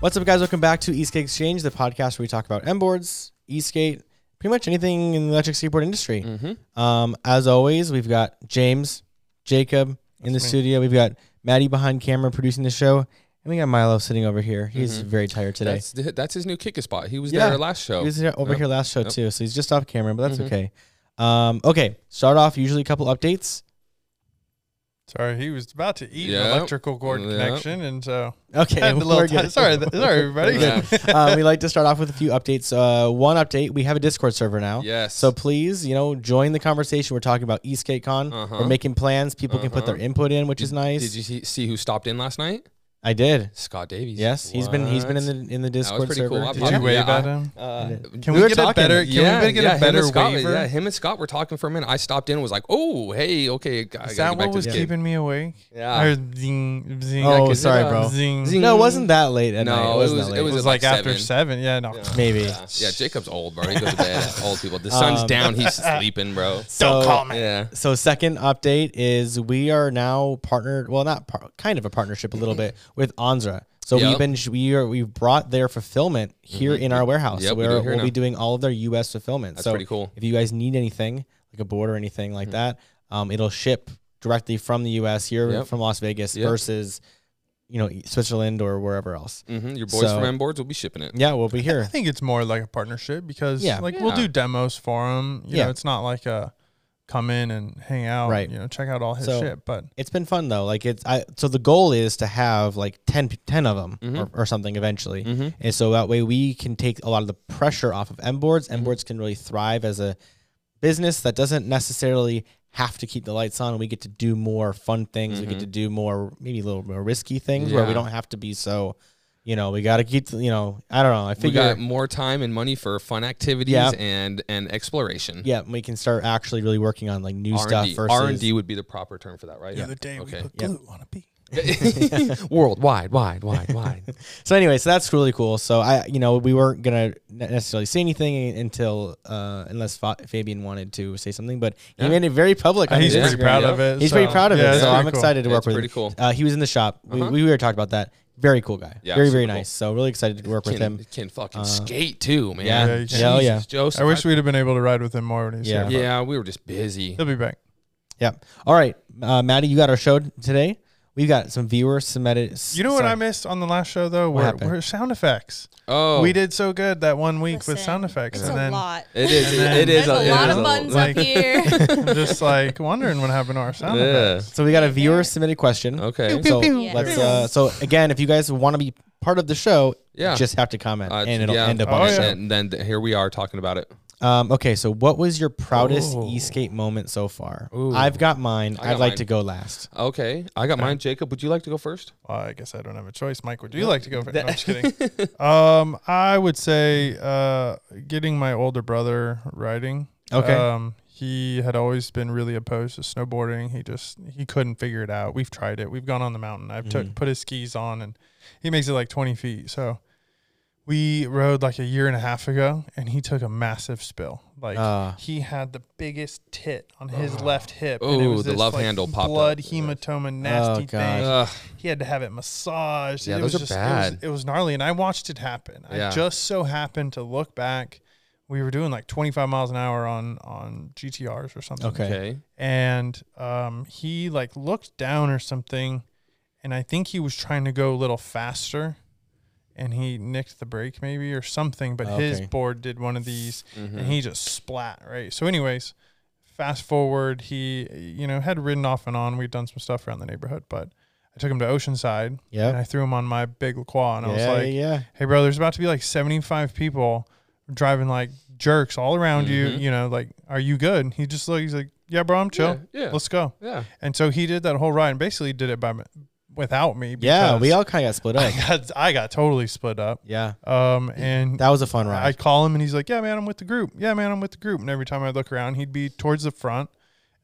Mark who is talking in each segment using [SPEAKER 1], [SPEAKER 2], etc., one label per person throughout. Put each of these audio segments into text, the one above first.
[SPEAKER 1] What's up, guys? Welcome back to Eastgate Exchange, the podcast where we talk about M boards, Eastgate, pretty much anything in the electric skateboard industry.
[SPEAKER 2] Mm-hmm.
[SPEAKER 1] Um, as always, we've got James, Jacob in the studio. We've got Maddie behind camera producing the show, and we got Milo sitting over here. He's
[SPEAKER 2] Mm-hmm.
[SPEAKER 1] very tired today.
[SPEAKER 3] That's th- that's his new kicker spot. He was
[SPEAKER 1] Yeah.
[SPEAKER 3] there last show.
[SPEAKER 1] He was here- over here last show too, so he's just off camera, but that's
[SPEAKER 2] Mm-hmm.
[SPEAKER 1] okay. Um, okay, start off usually a couple updates.
[SPEAKER 2] Sorry, he was about to eat an
[SPEAKER 3] Yep.
[SPEAKER 2] electrical cord
[SPEAKER 3] Yep.
[SPEAKER 2] connection, and so
[SPEAKER 1] Okay,
[SPEAKER 2] had a
[SPEAKER 1] we're
[SPEAKER 2] little
[SPEAKER 1] good.
[SPEAKER 2] ti- sorry, th- sorry, everybody.
[SPEAKER 3] Yeah.
[SPEAKER 1] um, we like to start off with a few updates. Uh, one update: we have a Discord server now.
[SPEAKER 3] Yes.
[SPEAKER 1] So please, you know, join the conversation. We're talking about EastgateCon.
[SPEAKER 3] Uh-huh.
[SPEAKER 1] We're making plans. People can put their input in, which is nice.
[SPEAKER 3] Did you see, see who stopped in last night?
[SPEAKER 1] I did.
[SPEAKER 3] Scott Davies.
[SPEAKER 1] Yes, he's been he's been in
[SPEAKER 3] What?
[SPEAKER 1] the in the
[SPEAKER 3] was
[SPEAKER 1] Discord
[SPEAKER 3] pretty
[SPEAKER 1] server.
[SPEAKER 3] cool. I
[SPEAKER 2] Did
[SPEAKER 3] Yeah,
[SPEAKER 2] you wave
[SPEAKER 3] I-
[SPEAKER 2] at him?
[SPEAKER 3] Uh,
[SPEAKER 2] Can
[SPEAKER 1] we
[SPEAKER 2] we,
[SPEAKER 1] were
[SPEAKER 2] get a
[SPEAKER 1] talking.
[SPEAKER 2] better? Can
[SPEAKER 3] yeah,
[SPEAKER 2] we get
[SPEAKER 3] yeah,
[SPEAKER 2] a
[SPEAKER 3] him
[SPEAKER 2] better
[SPEAKER 3] and Scott,
[SPEAKER 2] waiver?
[SPEAKER 3] Yeah, him and Scott were talking for a minute. I stopped in and was like, "Oh, hey, okay, I
[SPEAKER 2] Is
[SPEAKER 3] gotta
[SPEAKER 2] that
[SPEAKER 3] get back
[SPEAKER 2] what
[SPEAKER 3] to
[SPEAKER 2] was
[SPEAKER 3] this kid.
[SPEAKER 2] keeping me awake?
[SPEAKER 3] Yeah.
[SPEAKER 2] Or zing, zing,
[SPEAKER 1] Oh,
[SPEAKER 2] like,
[SPEAKER 1] sorry, bro.
[SPEAKER 2] Zing.
[SPEAKER 3] Zing.
[SPEAKER 1] no, it wasn't that late at
[SPEAKER 3] No,
[SPEAKER 1] night.
[SPEAKER 3] it
[SPEAKER 1] wasn't
[SPEAKER 3] was-
[SPEAKER 1] that
[SPEAKER 3] it
[SPEAKER 1] late.
[SPEAKER 2] It
[SPEAKER 3] was- uh,
[SPEAKER 2] was
[SPEAKER 3] like
[SPEAKER 2] like after
[SPEAKER 3] seven.
[SPEAKER 2] seven. Yeah, no.
[SPEAKER 1] maybe.
[SPEAKER 3] Yeah. yeah, Jacob's old, bro. He goes to bed. Old people. The sun's
[SPEAKER 1] Um,
[SPEAKER 3] down. He's sleeping, bro.
[SPEAKER 1] So-
[SPEAKER 3] Yeah.
[SPEAKER 1] So second update is we are now partnered. Well, not par- kind of a partnership, a little bit with Anzra. So
[SPEAKER 3] Mm-hmm. Yep. Mm-hmm.
[SPEAKER 1] we've been we are we brought their fulfillment here in our warehouse.
[SPEAKER 3] Yep, we
[SPEAKER 1] where
[SPEAKER 3] do here
[SPEAKER 1] we'll be
[SPEAKER 3] now.
[SPEAKER 1] doing all of their U.S. fulfillment. That's so
[SPEAKER 3] pretty cool.
[SPEAKER 1] If you guys need anything like a board or anything
[SPEAKER 3] Hmm.
[SPEAKER 1] like that, um, it'll ship directly from the U.S. here
[SPEAKER 3] Yep.
[SPEAKER 1] from Las Vegas
[SPEAKER 3] Yep.
[SPEAKER 1] versus you know Switzerland or wherever else.
[SPEAKER 3] hmm Your boys
[SPEAKER 1] So-
[SPEAKER 3] from M boards will be shipping it.
[SPEAKER 1] Yeah, we'll be
[SPEAKER 2] I
[SPEAKER 1] here.
[SPEAKER 2] think it's more like a partnership because
[SPEAKER 1] Yeah.
[SPEAKER 2] like we'll
[SPEAKER 3] Yeah.
[SPEAKER 2] do demos for him. You
[SPEAKER 1] Yeah.
[SPEAKER 2] know, it's not like a come in and hang out.
[SPEAKER 1] Right.
[SPEAKER 2] You know, check out all his
[SPEAKER 1] So-
[SPEAKER 2] shit. But
[SPEAKER 1] it's been fun though. Like it's I so the goal is to have like 10, p- 10 of them or,
[SPEAKER 3] Mm-hmm.
[SPEAKER 1] or something eventually, and so that way we can take a lot of the pressure off of M boards.
[SPEAKER 3] Mm-hmm.
[SPEAKER 1] M boards can really thrive as a business that doesn't necessarily have to keep the lights on. We get to do more fun things. We get to do more maybe a little more risky things where we
[SPEAKER 3] Mm-hmm. Yeah.
[SPEAKER 1] don't have to be so. You know, we got to keep. You know, I don't know. I
[SPEAKER 3] We
[SPEAKER 1] figure
[SPEAKER 3] got more time and money for fun activities
[SPEAKER 1] Yep.
[SPEAKER 3] and and exploration.
[SPEAKER 1] yeah, we can start actually really working on like new stuff
[SPEAKER 3] R&D.
[SPEAKER 1] versus
[SPEAKER 3] R&D would be the proper term for that, right?
[SPEAKER 2] the other day
[SPEAKER 3] Okay.
[SPEAKER 2] we put glue on a bee.
[SPEAKER 3] World wide, wide, wide, wide.
[SPEAKER 1] So anyway, so that's really cool. So I, you know, we weren't gonna ne- necessarily say anything until uh, unless Fa- Fabian wanted to say something, but he
[SPEAKER 3] Yeah.
[SPEAKER 1] made it very public. on
[SPEAKER 2] Uh, He's
[SPEAKER 1] his
[SPEAKER 2] pretty
[SPEAKER 1] Instagram.
[SPEAKER 2] proud
[SPEAKER 3] yeah.
[SPEAKER 2] of it.
[SPEAKER 1] He's
[SPEAKER 2] so-
[SPEAKER 1] pretty proud of
[SPEAKER 2] Yeah,
[SPEAKER 1] it.
[SPEAKER 2] it's
[SPEAKER 1] So
[SPEAKER 2] pretty
[SPEAKER 1] I'm
[SPEAKER 2] cool.
[SPEAKER 1] excited to work
[SPEAKER 3] It's
[SPEAKER 1] with
[SPEAKER 3] pretty
[SPEAKER 1] him.
[SPEAKER 3] cool.
[SPEAKER 1] Uh, he was in the shop.
[SPEAKER 3] Uh-huh.
[SPEAKER 1] We, we were talking about that. Very cool guy.
[SPEAKER 3] Yeah,
[SPEAKER 1] very very
[SPEAKER 3] super cool.
[SPEAKER 1] nice. So really excited to work with
[SPEAKER 3] can,
[SPEAKER 1] him.
[SPEAKER 3] Can fucking skate too, man.
[SPEAKER 1] uh, Yeah.
[SPEAKER 2] Yeah, you can.
[SPEAKER 1] Yeah, oh, yeah.
[SPEAKER 3] Jesus, Joseph,
[SPEAKER 2] I wish we'd have been able to ride with him more when he's
[SPEAKER 1] Yeah.
[SPEAKER 2] here. but
[SPEAKER 3] Yeah, we were just busy.
[SPEAKER 2] He'll be back.
[SPEAKER 1] Yeah. All right, uh, Maddie, you got our show today. We got some viewer submitted.
[SPEAKER 2] You know what I missed on the last show though? What
[SPEAKER 1] happened?
[SPEAKER 2] We're sound effects.
[SPEAKER 3] Oh,
[SPEAKER 2] We did so good that one week with
[SPEAKER 4] Listen,
[SPEAKER 2] sound effects,
[SPEAKER 4] It's
[SPEAKER 2] and
[SPEAKER 4] a
[SPEAKER 2] then
[SPEAKER 4] lot.
[SPEAKER 3] It is.
[SPEAKER 2] And
[SPEAKER 3] It
[SPEAKER 2] then-
[SPEAKER 3] is.
[SPEAKER 4] There's a,
[SPEAKER 3] it
[SPEAKER 4] lot
[SPEAKER 3] is
[SPEAKER 4] of buttons
[SPEAKER 2] like-
[SPEAKER 4] up here.
[SPEAKER 2] I'm just like wondering what happened to our sound effects.
[SPEAKER 3] Yeah.
[SPEAKER 1] So we got a viewer submitted question.
[SPEAKER 3] Okay.
[SPEAKER 1] So
[SPEAKER 4] Yeah.
[SPEAKER 1] let's. Uh, so again, if you guys want to be part of the show,
[SPEAKER 3] Yeah.
[SPEAKER 1] just have to comment,
[SPEAKER 3] Uh,
[SPEAKER 1] and it'll
[SPEAKER 3] yeah.
[SPEAKER 1] end up
[SPEAKER 2] Oh,
[SPEAKER 1] on the
[SPEAKER 2] yeah.
[SPEAKER 1] show.
[SPEAKER 3] And then th- here we are talking about it.
[SPEAKER 1] Um, okay, so what was your proudest
[SPEAKER 2] Ooh.
[SPEAKER 1] Eastgate moment so far? I've got mine.
[SPEAKER 3] I
[SPEAKER 1] I'd
[SPEAKER 3] got
[SPEAKER 1] like
[SPEAKER 3] mine.
[SPEAKER 1] to go last.
[SPEAKER 3] Okay. I got mine. Jacob, would you like to go first?
[SPEAKER 2] Well, I guess I don't have a choice. Mike, would you like to go first? No, I'm just kidding. um, I would say uh, getting my older brother riding.
[SPEAKER 1] Okay.
[SPEAKER 2] Um, he had always been really opposed to snowboarding. He just he couldn't figure it out. We've tried it. We've gone on the mountain. I've
[SPEAKER 1] Mm-hmm.
[SPEAKER 2] took put his skis on, and he makes it like 20 feet. So we rode like a year and a half ago, and he took a massive spill. Like
[SPEAKER 1] Ah.
[SPEAKER 2] he had the biggest tit on his left hip. and it
[SPEAKER 3] Ooh,
[SPEAKER 2] was
[SPEAKER 3] the
[SPEAKER 2] this,
[SPEAKER 3] love
[SPEAKER 2] like,
[SPEAKER 3] handle popped up.
[SPEAKER 2] blood hematoma nasty
[SPEAKER 1] God.
[SPEAKER 2] thing
[SPEAKER 3] Ugh.
[SPEAKER 2] he had to have it massaged.
[SPEAKER 3] Yeah,
[SPEAKER 2] it
[SPEAKER 3] those
[SPEAKER 2] was
[SPEAKER 3] are
[SPEAKER 2] just, it was-
[SPEAKER 3] bad.
[SPEAKER 2] It was, gnarly, and I watched it happen.
[SPEAKER 3] Yeah.
[SPEAKER 2] I just so happened to look back. We were doing like 25 miles an hour on on GTRs or something.
[SPEAKER 1] Okay.
[SPEAKER 3] Okay.
[SPEAKER 2] And um, he like looked down or something, and I think he was trying to go a little faster, and he nicked the brake maybe or something. But his
[SPEAKER 1] Okay. Mm-hmm.
[SPEAKER 2] board did one of these, and he just splat right. So, anyways, fast forward, he you know had ridden off and on. We'd done some stuff around the neighborhood, but I took him to Oceanside.
[SPEAKER 1] Yep.
[SPEAKER 2] and I threw him on my big LaCroix, and I was
[SPEAKER 1] yeah,
[SPEAKER 2] like,
[SPEAKER 1] yeah.
[SPEAKER 2] "Hey, bro, there's about to be like 75 people driving like jerks all around you. You know, like, are you good?" And he just like he's like, "Yeah, bro, I'm chill.
[SPEAKER 3] Yeah, yeah.
[SPEAKER 2] let's go."
[SPEAKER 3] Yeah.
[SPEAKER 2] And so he did that whole ride and basically did it by me- without me.
[SPEAKER 1] Yeah, we
[SPEAKER 2] because
[SPEAKER 1] all kind of got split up.
[SPEAKER 2] I got I got totally split up.
[SPEAKER 1] yeah.
[SPEAKER 2] Um, and
[SPEAKER 1] That was a fun
[SPEAKER 2] I'd
[SPEAKER 1] ride.
[SPEAKER 2] call him and he's like, "Yeah, man, I'm with the group. Yeah, man, I'm with the group." And every time I look around, he'd be towards the front.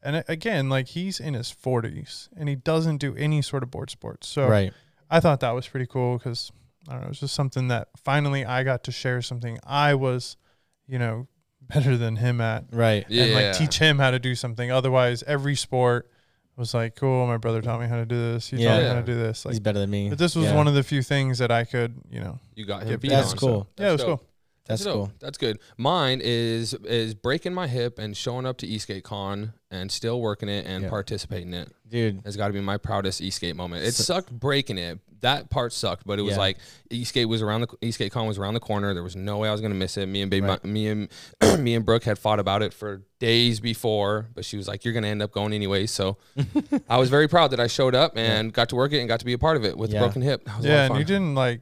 [SPEAKER 2] And a- again, like he's in his 40s and he doesn't do any sort of board sports. So
[SPEAKER 1] right.
[SPEAKER 2] I thought that was pretty cool because I don't know, it's just something that finally I got to share something I was, you know, better than him at
[SPEAKER 1] Right.
[SPEAKER 3] Yeah.
[SPEAKER 2] and like teach him how to do something. Otherwise, every sport was like, cool, my brother taught me how to do this. He taught me
[SPEAKER 1] Yeah.
[SPEAKER 2] how to do this.
[SPEAKER 1] He's
[SPEAKER 2] Like,
[SPEAKER 1] better than me.
[SPEAKER 2] but this was one of the few things that I could, you know,
[SPEAKER 3] You got
[SPEAKER 2] Yeah,
[SPEAKER 3] him. beat
[SPEAKER 1] That's
[SPEAKER 3] on, so
[SPEAKER 1] cool.
[SPEAKER 2] yeah, it was
[SPEAKER 3] dope.
[SPEAKER 2] cool.
[SPEAKER 1] That's
[SPEAKER 3] dope.
[SPEAKER 1] cool.
[SPEAKER 3] That's good. Mine is is breaking my hip and showing up to Eastgate Con and still working it and
[SPEAKER 1] Yeah.
[SPEAKER 3] participating in it
[SPEAKER 1] Dude.
[SPEAKER 3] has got to be my proudest Eastgate moment. It
[SPEAKER 1] So-
[SPEAKER 3] sucked breaking it. That part sucked, but it was
[SPEAKER 1] Yeah.
[SPEAKER 3] like Eastgate was around the Eastgate Con was around the corner. There was no way I was gonna miss it. Me and baby,
[SPEAKER 1] Right.
[SPEAKER 3] me and me and Brooke had fought about it for days before, but she was like, "You're gonna end up going anyway." So I was very proud that I showed up and got to work it and got to be a part of it with
[SPEAKER 1] Yeah.
[SPEAKER 3] a broken hip. That was a lot
[SPEAKER 2] Yeah,
[SPEAKER 3] of
[SPEAKER 2] and you
[SPEAKER 3] fun.
[SPEAKER 2] didn't like,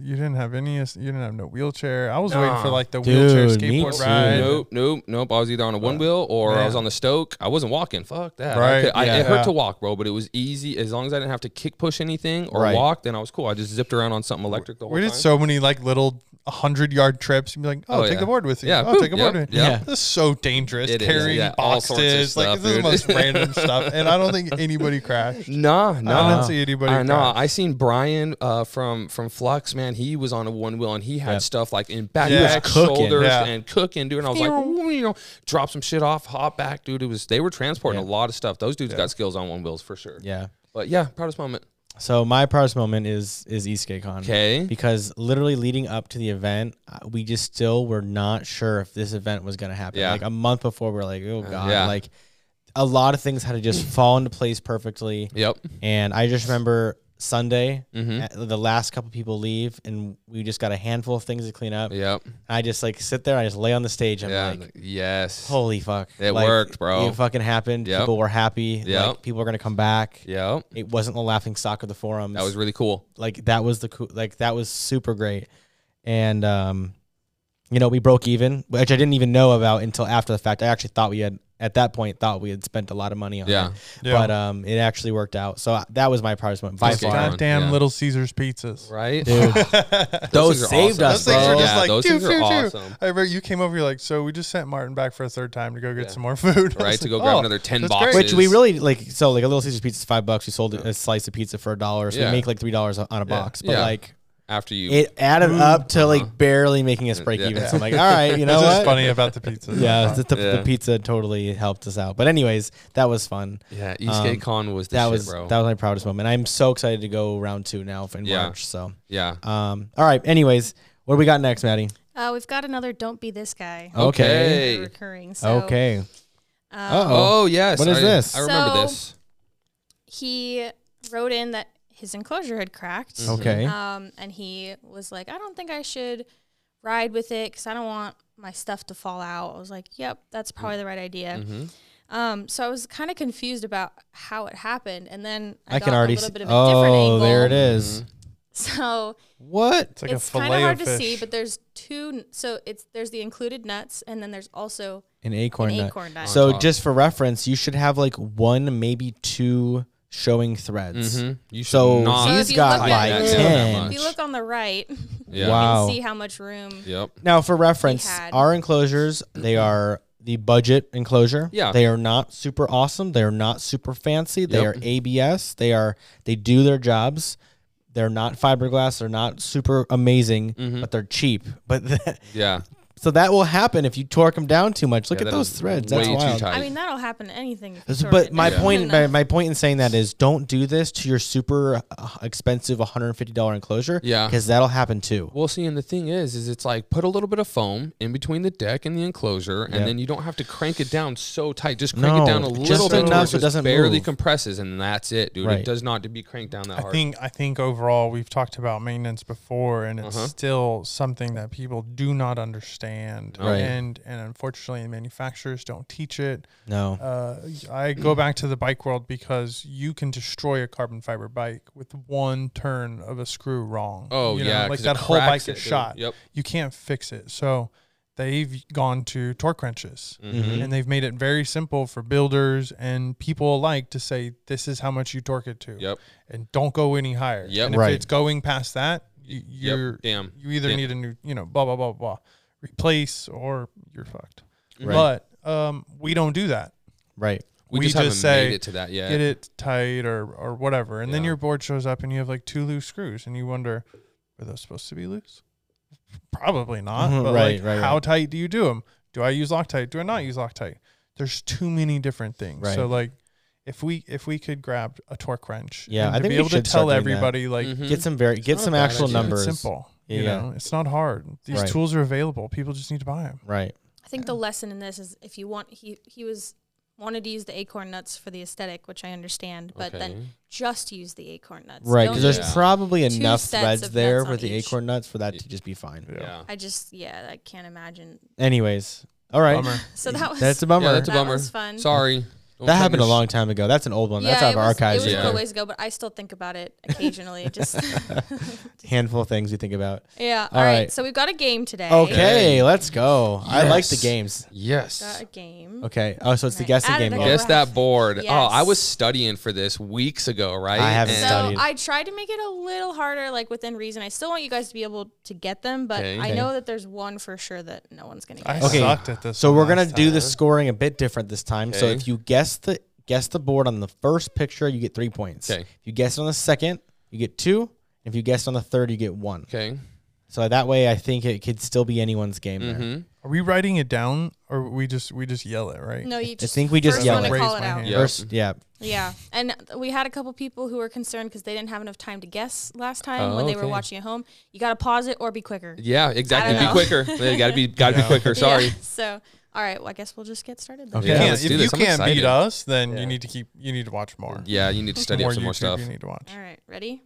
[SPEAKER 2] you didn't have any, you didn't have no wheelchair. I was waiting for
[SPEAKER 3] Nah.
[SPEAKER 2] like the
[SPEAKER 1] Dude,
[SPEAKER 2] wheelchair
[SPEAKER 1] me
[SPEAKER 2] skateboard
[SPEAKER 1] too.
[SPEAKER 2] ride.
[SPEAKER 3] Nope, nope, nope. I was either on a one wheel or I was
[SPEAKER 2] Uh, man.
[SPEAKER 3] on the Stoke. I wasn't walking. Fuck that. I
[SPEAKER 2] Right,
[SPEAKER 3] could- I-
[SPEAKER 1] yeah.
[SPEAKER 3] it hurt
[SPEAKER 2] Yeah.
[SPEAKER 3] to walk, bro, but it was easy as long as I didn't have to kick push anything or
[SPEAKER 1] Right.
[SPEAKER 3] walk. Then I was cool. I just zipped around on something electric the whole
[SPEAKER 2] We did
[SPEAKER 3] time.
[SPEAKER 2] so many like little hundred yard trips. You'd be like,
[SPEAKER 3] Oh,
[SPEAKER 2] oh, take
[SPEAKER 3] yeah.
[SPEAKER 2] the board with you.
[SPEAKER 3] Yeah,
[SPEAKER 2] oh,
[SPEAKER 3] boom,
[SPEAKER 2] take a board
[SPEAKER 3] yep,
[SPEAKER 2] with you.
[SPEAKER 1] yep.
[SPEAKER 2] This is so dangerous.
[SPEAKER 3] It is,
[SPEAKER 2] Carrying
[SPEAKER 3] yeah, all sorts of
[SPEAKER 2] boxes, like
[SPEAKER 3] stuff,
[SPEAKER 2] this is the
[SPEAKER 3] dude.
[SPEAKER 2] most random stuff. And I don't think anybody crashed.
[SPEAKER 3] Nah,
[SPEAKER 2] I
[SPEAKER 3] nah.
[SPEAKER 2] didn't see anybody.
[SPEAKER 3] I know.
[SPEAKER 2] crash.
[SPEAKER 3] I seen Brian uh, from from Flux. Man, he was on a one wheel and he had
[SPEAKER 1] Yeah.
[SPEAKER 3] stuff like in back,
[SPEAKER 2] He was
[SPEAKER 3] back
[SPEAKER 1] cooking.
[SPEAKER 3] shoulders
[SPEAKER 2] Yeah.
[SPEAKER 3] and cooking, dude. And I was like, "Ooh," you know, drop some shit off, hop back, dude. It was they were transporting a lot of stuff. Those dudes got skills on one wheels for sure.
[SPEAKER 1] Yeah.
[SPEAKER 3] But yeah, proudest moment.
[SPEAKER 1] So my proudest moment is is Eastgate Con.
[SPEAKER 3] Okay.
[SPEAKER 1] Because literally leading up to the event, uh, we just still were not sure if this event was going to happen.
[SPEAKER 3] Yeah.
[SPEAKER 1] Like a month before, we're like, oh god,
[SPEAKER 3] yeah.
[SPEAKER 1] like a lot of things had to just fall into place perfectly.
[SPEAKER 3] Yep.
[SPEAKER 1] And I just remember Sunday,
[SPEAKER 3] Mm-hmm.
[SPEAKER 1] uh, the last couple people leave, and we just got a handful of things to clean up.
[SPEAKER 3] Yep.
[SPEAKER 1] I just like sit there, I just lay on the stage. I'm
[SPEAKER 3] Yeah.
[SPEAKER 1] like,
[SPEAKER 3] like, yes.
[SPEAKER 1] holy fuck,
[SPEAKER 3] It
[SPEAKER 1] Like,
[SPEAKER 3] worked, bro.
[SPEAKER 1] It fucking happened.
[SPEAKER 3] Yep.
[SPEAKER 1] People were happy.
[SPEAKER 3] Yep.
[SPEAKER 1] Like, people are gonna come back.
[SPEAKER 3] Yep.
[SPEAKER 1] It wasn't the laughing stock of the forums.
[SPEAKER 3] That was really cool.
[SPEAKER 1] like that was the cool like that was super great and um you know we broke even which i didn't even know about until after the fact i actually thought we had at that point thought we had spent a lot of money on
[SPEAKER 3] Yeah.
[SPEAKER 1] it
[SPEAKER 2] Yeah.
[SPEAKER 1] but um it actually worked out so I- that was my proudest moment by
[SPEAKER 3] That's good.
[SPEAKER 1] far
[SPEAKER 3] Darn,
[SPEAKER 2] Goddamn
[SPEAKER 3] yeah.
[SPEAKER 2] Little Caesars pizzas.
[SPEAKER 3] Right.
[SPEAKER 1] dude those,
[SPEAKER 3] things are
[SPEAKER 1] saved
[SPEAKER 3] awesome.
[SPEAKER 1] us
[SPEAKER 2] Those things
[SPEAKER 1] bro.
[SPEAKER 2] were just
[SPEAKER 3] Yeah,
[SPEAKER 2] like,
[SPEAKER 3] those
[SPEAKER 2] "Phew,
[SPEAKER 3] things are
[SPEAKER 2] phew, phew."
[SPEAKER 3] awesome.
[SPEAKER 2] I remember you came over. You're like, so we just sent Martin back for a third time to go get
[SPEAKER 3] Yeah.
[SPEAKER 2] some more food, I
[SPEAKER 3] Right,
[SPEAKER 2] was
[SPEAKER 3] to go
[SPEAKER 2] like,
[SPEAKER 3] grab
[SPEAKER 2] "Oh,
[SPEAKER 3] another 10
[SPEAKER 2] that's
[SPEAKER 3] boxes."
[SPEAKER 2] great."
[SPEAKER 1] which we really like so like a little caesar's pizza is five bucks we sold a slice of pizza for a dollar so
[SPEAKER 3] Yeah.
[SPEAKER 1] we make like three dollars on a box but
[SPEAKER 3] Yeah.
[SPEAKER 1] like
[SPEAKER 3] After you.
[SPEAKER 1] it added up to like barely making us break
[SPEAKER 3] Yeah.
[SPEAKER 1] even so i'm like all right you know
[SPEAKER 2] That's
[SPEAKER 1] what
[SPEAKER 2] what's funny about the pizza.
[SPEAKER 1] yeah, the, the,
[SPEAKER 3] Yeah.
[SPEAKER 1] the pizza totally helped us out. But anyways, that was fun.
[SPEAKER 3] yeah. Eastgate
[SPEAKER 1] um,
[SPEAKER 3] Con was the
[SPEAKER 1] That
[SPEAKER 3] shit,
[SPEAKER 1] was
[SPEAKER 3] bro.
[SPEAKER 1] that was my proudest moment. I'm so excited to go round two now in
[SPEAKER 3] Yeah.
[SPEAKER 1] March. So,
[SPEAKER 3] yeah.
[SPEAKER 1] um, all right. Anyways, what do we got next, Maddie?
[SPEAKER 4] Uh, we've got another "Don't Be This Guy."
[SPEAKER 1] Oh, Okay.
[SPEAKER 3] Hey.
[SPEAKER 4] Recurring. So,
[SPEAKER 1] Okay.
[SPEAKER 4] um,
[SPEAKER 1] Oh,
[SPEAKER 3] Oh yes.
[SPEAKER 1] What is
[SPEAKER 3] I-
[SPEAKER 1] this?
[SPEAKER 3] I remember
[SPEAKER 4] So-
[SPEAKER 3] this.
[SPEAKER 4] he wrote in that his enclosure had cracked.
[SPEAKER 3] Oh.
[SPEAKER 1] okay.
[SPEAKER 4] Um, and he was like, I don't think I should ride with it because I don't want my stuff to fall out. I was like, yep, that's probably the right idea. Um, so I was kind of confused about how it happened. And then I,
[SPEAKER 1] I
[SPEAKER 4] got
[SPEAKER 1] can already
[SPEAKER 4] a little
[SPEAKER 1] see.
[SPEAKER 4] bit of a different
[SPEAKER 1] Oh,
[SPEAKER 4] angle.
[SPEAKER 1] there it is.
[SPEAKER 3] Mm-hmm.
[SPEAKER 4] So
[SPEAKER 1] What?
[SPEAKER 2] It's like
[SPEAKER 4] it's
[SPEAKER 2] a
[SPEAKER 4] kind
[SPEAKER 2] fillet
[SPEAKER 4] of hard
[SPEAKER 2] of
[SPEAKER 4] to
[SPEAKER 2] fish.
[SPEAKER 4] see, but there's two. n- So it's there's the included nuts, and then there's also
[SPEAKER 1] An acorn
[SPEAKER 4] an
[SPEAKER 1] nut.
[SPEAKER 4] acorn nut.
[SPEAKER 1] So,
[SPEAKER 3] top.
[SPEAKER 1] just for reference, you should have like one, maybe two showing threads.
[SPEAKER 3] Mhm. You should
[SPEAKER 1] So
[SPEAKER 3] not.
[SPEAKER 4] So if
[SPEAKER 1] he's
[SPEAKER 4] you
[SPEAKER 1] got
[SPEAKER 4] look
[SPEAKER 1] like
[SPEAKER 4] at
[SPEAKER 3] it,
[SPEAKER 1] ten.
[SPEAKER 4] if you look on the right, you
[SPEAKER 3] yeah.
[SPEAKER 1] Wow.
[SPEAKER 4] can see how much room.
[SPEAKER 3] Yep.
[SPEAKER 1] Now, for reference,
[SPEAKER 4] had.
[SPEAKER 1] our enclosures, they are the budget enclosure.
[SPEAKER 3] Mm-hmm. Yeah.
[SPEAKER 1] They are not super awesome. They are not super fancy. They
[SPEAKER 3] Yep.
[SPEAKER 1] are ABS. They are they do their jobs. They're not fiberglass. They're not super amazing,
[SPEAKER 3] Mm-hmm.
[SPEAKER 1] but they're cheap. But that,
[SPEAKER 3] Yeah.
[SPEAKER 1] so that will happen if you torque them down too much. Look
[SPEAKER 3] Yeah,
[SPEAKER 1] at
[SPEAKER 3] that
[SPEAKER 1] those
[SPEAKER 3] is
[SPEAKER 1] threads.
[SPEAKER 3] Way
[SPEAKER 1] That's
[SPEAKER 3] too
[SPEAKER 1] wild.
[SPEAKER 3] tight.
[SPEAKER 4] I mean, that'll happen to anything. if you
[SPEAKER 1] This-
[SPEAKER 4] sort
[SPEAKER 1] But
[SPEAKER 4] it
[SPEAKER 1] my
[SPEAKER 4] down.
[SPEAKER 1] point, my,
[SPEAKER 4] Enough.
[SPEAKER 1] my point in saying that is, don't do this to your super uh, expensive one hundred fifty dollar enclosure.
[SPEAKER 3] Yeah.
[SPEAKER 1] because that'll happen too.
[SPEAKER 3] Well, see, and the thing is, is it's like put a little bit of foam in between the deck and the enclosure, and
[SPEAKER 1] Yeah.
[SPEAKER 3] then you don't have to crank it down so tight. Just crank
[SPEAKER 1] No,
[SPEAKER 3] it down a
[SPEAKER 1] just
[SPEAKER 3] little bit
[SPEAKER 1] enough
[SPEAKER 3] where
[SPEAKER 1] so it doesn't
[SPEAKER 3] barely
[SPEAKER 1] move.
[SPEAKER 3] compresses, and that's it, dude.
[SPEAKER 1] Right.
[SPEAKER 3] It does not to be cranked down that
[SPEAKER 2] I
[SPEAKER 3] hard.
[SPEAKER 2] think I think overall we've talked about maintenance before, and it's
[SPEAKER 3] Uh-huh.
[SPEAKER 2] still something that people do not understand,
[SPEAKER 1] Right.
[SPEAKER 2] and and unfortunately manufacturers don't teach it.
[SPEAKER 1] No,
[SPEAKER 2] Uh, I go
[SPEAKER 3] Mm.
[SPEAKER 2] back to the bike world because you can destroy a carbon fiber bike with one turn of a screw wrong.
[SPEAKER 3] Oh
[SPEAKER 2] You know,
[SPEAKER 3] yeah,
[SPEAKER 2] like
[SPEAKER 3] 'cause
[SPEAKER 2] that
[SPEAKER 3] it
[SPEAKER 2] whole bike
[SPEAKER 3] cracks it,
[SPEAKER 2] gets
[SPEAKER 3] dude.
[SPEAKER 2] shot.
[SPEAKER 3] Yep.
[SPEAKER 2] You can't fix it, so they've gone to torque wrenches
[SPEAKER 3] Mhm.
[SPEAKER 2] and they've made it very simple for builders and people alike to say this is how much you torque it to
[SPEAKER 3] Yep.
[SPEAKER 2] and don't go any higher
[SPEAKER 3] Yep.
[SPEAKER 2] and if
[SPEAKER 1] Right.
[SPEAKER 2] it's going past that you,
[SPEAKER 3] Yep.
[SPEAKER 2] you're
[SPEAKER 3] Damn.
[SPEAKER 2] you either
[SPEAKER 3] Damn.
[SPEAKER 2] need a new you know blah blah blah blah replace or you're fucked
[SPEAKER 1] Right.
[SPEAKER 2] but um, we don't do that
[SPEAKER 1] right?
[SPEAKER 3] We,
[SPEAKER 2] we
[SPEAKER 3] just,
[SPEAKER 2] just
[SPEAKER 3] haven't
[SPEAKER 2] say,
[SPEAKER 3] made it to that yet.
[SPEAKER 2] get it tight or or whatever and then
[SPEAKER 3] Yeah.
[SPEAKER 2] your board shows up and you have like two loose screws and you wonder were those supposed to be loose probably not
[SPEAKER 1] Mhm.
[SPEAKER 2] but
[SPEAKER 1] Right,
[SPEAKER 2] like
[SPEAKER 1] right,
[SPEAKER 2] how
[SPEAKER 1] right.
[SPEAKER 2] tight do you do them Do I use Loctite? Do I not use Loctite? There's too many different things.
[SPEAKER 1] Right.
[SPEAKER 2] So like, if we if we could grab a torque wrench,
[SPEAKER 1] Yeah,
[SPEAKER 2] and
[SPEAKER 1] I
[SPEAKER 2] to
[SPEAKER 1] think
[SPEAKER 2] be
[SPEAKER 1] we
[SPEAKER 2] able to
[SPEAKER 1] should start
[SPEAKER 2] tell
[SPEAKER 1] doing that.
[SPEAKER 2] everybody like
[SPEAKER 3] Mhm.
[SPEAKER 1] Get some very get
[SPEAKER 3] not a
[SPEAKER 1] some
[SPEAKER 3] bad
[SPEAKER 1] actual
[SPEAKER 3] idea.
[SPEAKER 1] numbers.
[SPEAKER 2] It's simple. You
[SPEAKER 1] Yeah.
[SPEAKER 2] know, it's not hard. These
[SPEAKER 1] Right.
[SPEAKER 2] tools are available. People just need to buy them.
[SPEAKER 1] Right.
[SPEAKER 4] I think the lesson in this is if you want he he was wanted to use the acorn nuts for the aesthetic, which I understand, but then
[SPEAKER 3] Okay.
[SPEAKER 4] just use the acorn nuts.
[SPEAKER 1] Right.
[SPEAKER 4] Don't
[SPEAKER 1] Because
[SPEAKER 3] Don't
[SPEAKER 1] there's
[SPEAKER 3] use
[SPEAKER 1] probably
[SPEAKER 4] two
[SPEAKER 1] enough
[SPEAKER 4] sets
[SPEAKER 1] threads
[SPEAKER 4] of
[SPEAKER 1] there
[SPEAKER 4] nuts
[SPEAKER 1] with
[SPEAKER 4] on
[SPEAKER 1] the
[SPEAKER 4] each.
[SPEAKER 1] acorn nuts for that to just be fine.
[SPEAKER 3] Yeah.
[SPEAKER 2] Yeah.
[SPEAKER 3] Yeah.
[SPEAKER 4] I just yeah, I can't imagine.
[SPEAKER 1] Anyways. All right.
[SPEAKER 2] Bummer.
[SPEAKER 4] So that was
[SPEAKER 1] That's a bummer.
[SPEAKER 3] Yeah, that's a
[SPEAKER 4] That
[SPEAKER 3] bummer.
[SPEAKER 4] was fun.
[SPEAKER 3] Sorry. Don't
[SPEAKER 1] that
[SPEAKER 3] send
[SPEAKER 1] happened a
[SPEAKER 3] your
[SPEAKER 1] long time ago. That's an old one. That's out of
[SPEAKER 4] it was,
[SPEAKER 1] archives.
[SPEAKER 4] It
[SPEAKER 1] now.
[SPEAKER 4] was a
[SPEAKER 3] Yeah.
[SPEAKER 4] little ways ago, but I still think about it occasionally. Just
[SPEAKER 1] Handful of things we think about.
[SPEAKER 4] yeah.
[SPEAKER 1] All
[SPEAKER 4] All right.
[SPEAKER 1] right.
[SPEAKER 4] So we've got a game today.
[SPEAKER 1] Okay, let's go. I like the
[SPEAKER 3] Yes.
[SPEAKER 1] games.
[SPEAKER 3] Yes.
[SPEAKER 4] Got a game.
[SPEAKER 1] Okay. Oh, so it's the
[SPEAKER 4] Right.
[SPEAKER 1] guessing
[SPEAKER 4] Add
[SPEAKER 1] game.
[SPEAKER 4] it
[SPEAKER 1] again.
[SPEAKER 4] again.
[SPEAKER 3] Guess that board.
[SPEAKER 4] Yes.
[SPEAKER 3] Oh, I was studying for this weeks ago, right?
[SPEAKER 1] I haven't
[SPEAKER 3] And-
[SPEAKER 1] studied.
[SPEAKER 4] So I tried to make it a little harder, like within reason. I still want you guys to be able to get them, but
[SPEAKER 3] Okay.
[SPEAKER 4] I
[SPEAKER 1] Okay.
[SPEAKER 4] know that there's one for sure that no one's gonna
[SPEAKER 2] I
[SPEAKER 4] get.
[SPEAKER 1] Okay.
[SPEAKER 2] sucked at this.
[SPEAKER 1] So
[SPEAKER 2] one
[SPEAKER 1] we're gonna
[SPEAKER 2] last
[SPEAKER 1] do
[SPEAKER 2] time.
[SPEAKER 1] the scoring a bit different this time. So
[SPEAKER 3] Okay.
[SPEAKER 1] if you guess the guess the board on the first picture, you get three points.
[SPEAKER 3] Okay.
[SPEAKER 1] If you guess it on the second, you get two. If you guessed on the third, you get one.
[SPEAKER 3] Okay.
[SPEAKER 1] So that way, I think it could still be anyone's game. There.
[SPEAKER 3] Mm-hmm.
[SPEAKER 2] Are we writing it down, or we just we just yell it right?
[SPEAKER 4] No, you just
[SPEAKER 1] think we just
[SPEAKER 4] first
[SPEAKER 1] yell
[SPEAKER 4] one to
[SPEAKER 2] it.
[SPEAKER 4] call
[SPEAKER 2] Raise
[SPEAKER 4] it
[SPEAKER 2] my
[SPEAKER 4] out.
[SPEAKER 2] hand.
[SPEAKER 3] Yep.
[SPEAKER 1] First, yeah,
[SPEAKER 4] Yeah, and we had a couple people who were concerned because they didn't have enough time to guess last time
[SPEAKER 3] Oh,
[SPEAKER 4] when they were
[SPEAKER 3] okay.
[SPEAKER 4] watching at home. You got to pause it or be quicker.
[SPEAKER 3] Yeah, exactly.
[SPEAKER 4] don't
[SPEAKER 3] Be
[SPEAKER 4] know.
[SPEAKER 3] quicker. You gotta be gotta
[SPEAKER 2] Yeah.
[SPEAKER 3] be quicker. Sorry.
[SPEAKER 4] Yeah, so, all right. Well, I guess we'll just get started. Then.
[SPEAKER 1] Okay.
[SPEAKER 2] You
[SPEAKER 1] Yeah,
[SPEAKER 2] can't-
[SPEAKER 3] let's
[SPEAKER 2] if
[SPEAKER 3] do
[SPEAKER 2] you
[SPEAKER 3] this. I'm
[SPEAKER 2] can't beat
[SPEAKER 3] excited.
[SPEAKER 2] us, then
[SPEAKER 1] Yeah.
[SPEAKER 2] you need to keep you need to watch more.
[SPEAKER 3] Yeah, you need to study up some more
[SPEAKER 2] YouTube
[SPEAKER 3] stuff.
[SPEAKER 2] You need to watch.
[SPEAKER 4] All right. Ready?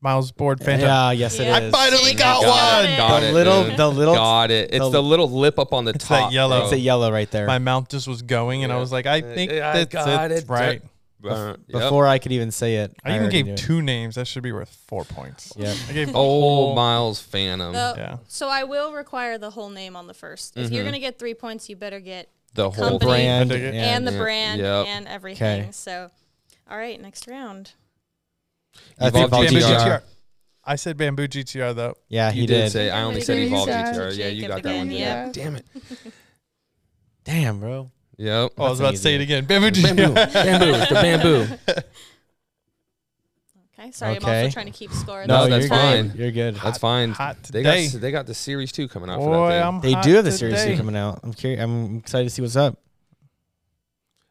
[SPEAKER 2] Miles board Fanta.
[SPEAKER 1] yeah, yes,
[SPEAKER 4] Yeah.
[SPEAKER 1] it is.
[SPEAKER 2] finally got
[SPEAKER 4] one.
[SPEAKER 3] Got
[SPEAKER 1] the
[SPEAKER 3] it,
[SPEAKER 1] little,
[SPEAKER 3] dude.
[SPEAKER 1] the little,
[SPEAKER 3] Got it. It's
[SPEAKER 1] the-
[SPEAKER 3] the, little lip up on the
[SPEAKER 2] It's that
[SPEAKER 3] top.
[SPEAKER 2] yellow.
[SPEAKER 1] it's a yellow right there.
[SPEAKER 2] My mouth just was going, and I
[SPEAKER 3] Yeah.
[SPEAKER 2] was like, I
[SPEAKER 3] Uh,
[SPEAKER 2] think
[SPEAKER 3] yeah, I
[SPEAKER 2] that's
[SPEAKER 3] got
[SPEAKER 2] it's
[SPEAKER 3] it.
[SPEAKER 2] right.
[SPEAKER 3] bro. Uh, yep.
[SPEAKER 1] Before I could even say it,
[SPEAKER 2] I even
[SPEAKER 1] already
[SPEAKER 2] gave
[SPEAKER 1] knew it.
[SPEAKER 2] two names. That should be worth four points.
[SPEAKER 1] Yeah.
[SPEAKER 2] I gave
[SPEAKER 3] Oh, Miles Phantom.
[SPEAKER 4] The-
[SPEAKER 2] Yeah.
[SPEAKER 4] So I will require the whole name on the 1st If you're
[SPEAKER 3] Mhm.
[SPEAKER 4] gonna get three points, you better get
[SPEAKER 3] the whole
[SPEAKER 4] company.
[SPEAKER 3] brand.
[SPEAKER 1] brand
[SPEAKER 2] I dig it.
[SPEAKER 4] and the
[SPEAKER 3] Yeah.
[SPEAKER 4] brand
[SPEAKER 3] Yep.
[SPEAKER 4] and everything.
[SPEAKER 1] 'Kay.
[SPEAKER 4] So, all right, next round.
[SPEAKER 1] I think
[SPEAKER 3] Evolved
[SPEAKER 2] Bamboo
[SPEAKER 1] Voltigar.
[SPEAKER 3] GTR.
[SPEAKER 2] GTR. I said Bamboo GTR though.
[SPEAKER 1] Yeah,
[SPEAKER 3] You
[SPEAKER 1] Uh, he did.
[SPEAKER 3] say I only said
[SPEAKER 4] Everybody
[SPEAKER 3] evolved
[SPEAKER 4] said
[SPEAKER 3] GTR. Yeah,
[SPEAKER 4] Jacob
[SPEAKER 3] you got that one.
[SPEAKER 4] again,
[SPEAKER 3] Yeah.
[SPEAKER 4] yep.
[SPEAKER 3] Damn it.
[SPEAKER 1] Damn, bro.
[SPEAKER 3] Yep.
[SPEAKER 2] Oh, I was
[SPEAKER 1] That's
[SPEAKER 2] about to say it
[SPEAKER 1] easy.
[SPEAKER 2] again. Bamboo GTR.
[SPEAKER 3] bamboo. Bamboo. It's the bamboo.
[SPEAKER 4] Okay, sorry, I'm
[SPEAKER 1] Okay.
[SPEAKER 4] also trying to keep score.
[SPEAKER 3] No, that's
[SPEAKER 4] This
[SPEAKER 1] you're
[SPEAKER 4] is
[SPEAKER 3] fine.
[SPEAKER 4] time.
[SPEAKER 1] Good. You're good.
[SPEAKER 3] That's fine.
[SPEAKER 2] hot
[SPEAKER 3] they got
[SPEAKER 2] today.
[SPEAKER 3] s- they got the series two coming out for
[SPEAKER 2] Boy,
[SPEAKER 3] that
[SPEAKER 2] I'm
[SPEAKER 1] They
[SPEAKER 2] hot
[SPEAKER 1] do have the series
[SPEAKER 2] today.
[SPEAKER 1] two coming out. I'm curious. I'm excited to see what's up.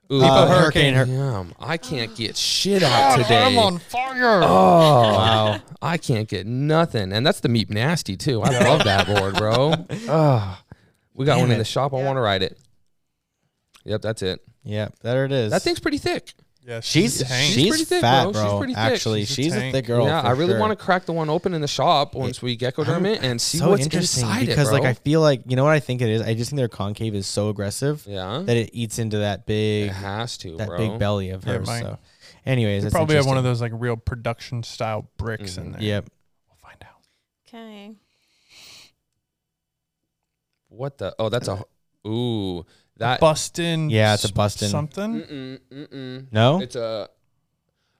[SPEAKER 3] thing. Ooh,
[SPEAKER 2] Depot
[SPEAKER 1] Uh,
[SPEAKER 2] Hurricane.
[SPEAKER 1] Hur-
[SPEAKER 3] Damn, I can't get shit out today.
[SPEAKER 2] Oh, I'm on fire.
[SPEAKER 3] Oh
[SPEAKER 1] Wow.
[SPEAKER 3] I can't get nothing, and that's the meep nasty too. I love that board, bro. Oh, we got
[SPEAKER 1] Damn
[SPEAKER 3] one
[SPEAKER 1] it.
[SPEAKER 3] in the shop. I want to ride it. Yep, that's it.
[SPEAKER 1] Yeah, there it is.
[SPEAKER 3] That thing's pretty thick.
[SPEAKER 2] Yeah,
[SPEAKER 1] she's
[SPEAKER 2] a tank.
[SPEAKER 1] she's
[SPEAKER 3] pretty thick,
[SPEAKER 1] fat,
[SPEAKER 3] bro. She's
[SPEAKER 1] bro.
[SPEAKER 3] pretty thick.
[SPEAKER 1] Actually,
[SPEAKER 2] She's a
[SPEAKER 1] she's, a
[SPEAKER 2] tank.
[SPEAKER 1] thick girl.
[SPEAKER 3] yeah, I really want
[SPEAKER 1] to.
[SPEAKER 3] to crack the one open in the shop once we geckoderm it and see
[SPEAKER 1] so
[SPEAKER 3] what's
[SPEAKER 1] interesting
[SPEAKER 3] inside
[SPEAKER 1] because
[SPEAKER 3] it, bro.
[SPEAKER 1] like I feel like you know what I think it is. I just think their concave is so aggressive
[SPEAKER 3] yeah,
[SPEAKER 1] that it eats into that big
[SPEAKER 3] it has to,
[SPEAKER 1] that
[SPEAKER 3] bro.
[SPEAKER 1] big belly of
[SPEAKER 2] Yeah, it
[SPEAKER 1] hers.
[SPEAKER 2] might.
[SPEAKER 1] so, anyways,
[SPEAKER 2] They
[SPEAKER 1] that's
[SPEAKER 2] probably have one of those like real production style bricks
[SPEAKER 3] Mm-hmm.
[SPEAKER 2] in there.
[SPEAKER 1] Yep.
[SPEAKER 2] We'll find out.
[SPEAKER 4] Okay.
[SPEAKER 3] What the? Oh, that's a. Ooh, that.
[SPEAKER 2] Bustin.
[SPEAKER 1] Yeah, it's a
[SPEAKER 2] s-
[SPEAKER 1] Bustin.
[SPEAKER 2] Something.
[SPEAKER 3] Mm-mm, mm-mm.
[SPEAKER 1] No
[SPEAKER 3] It's a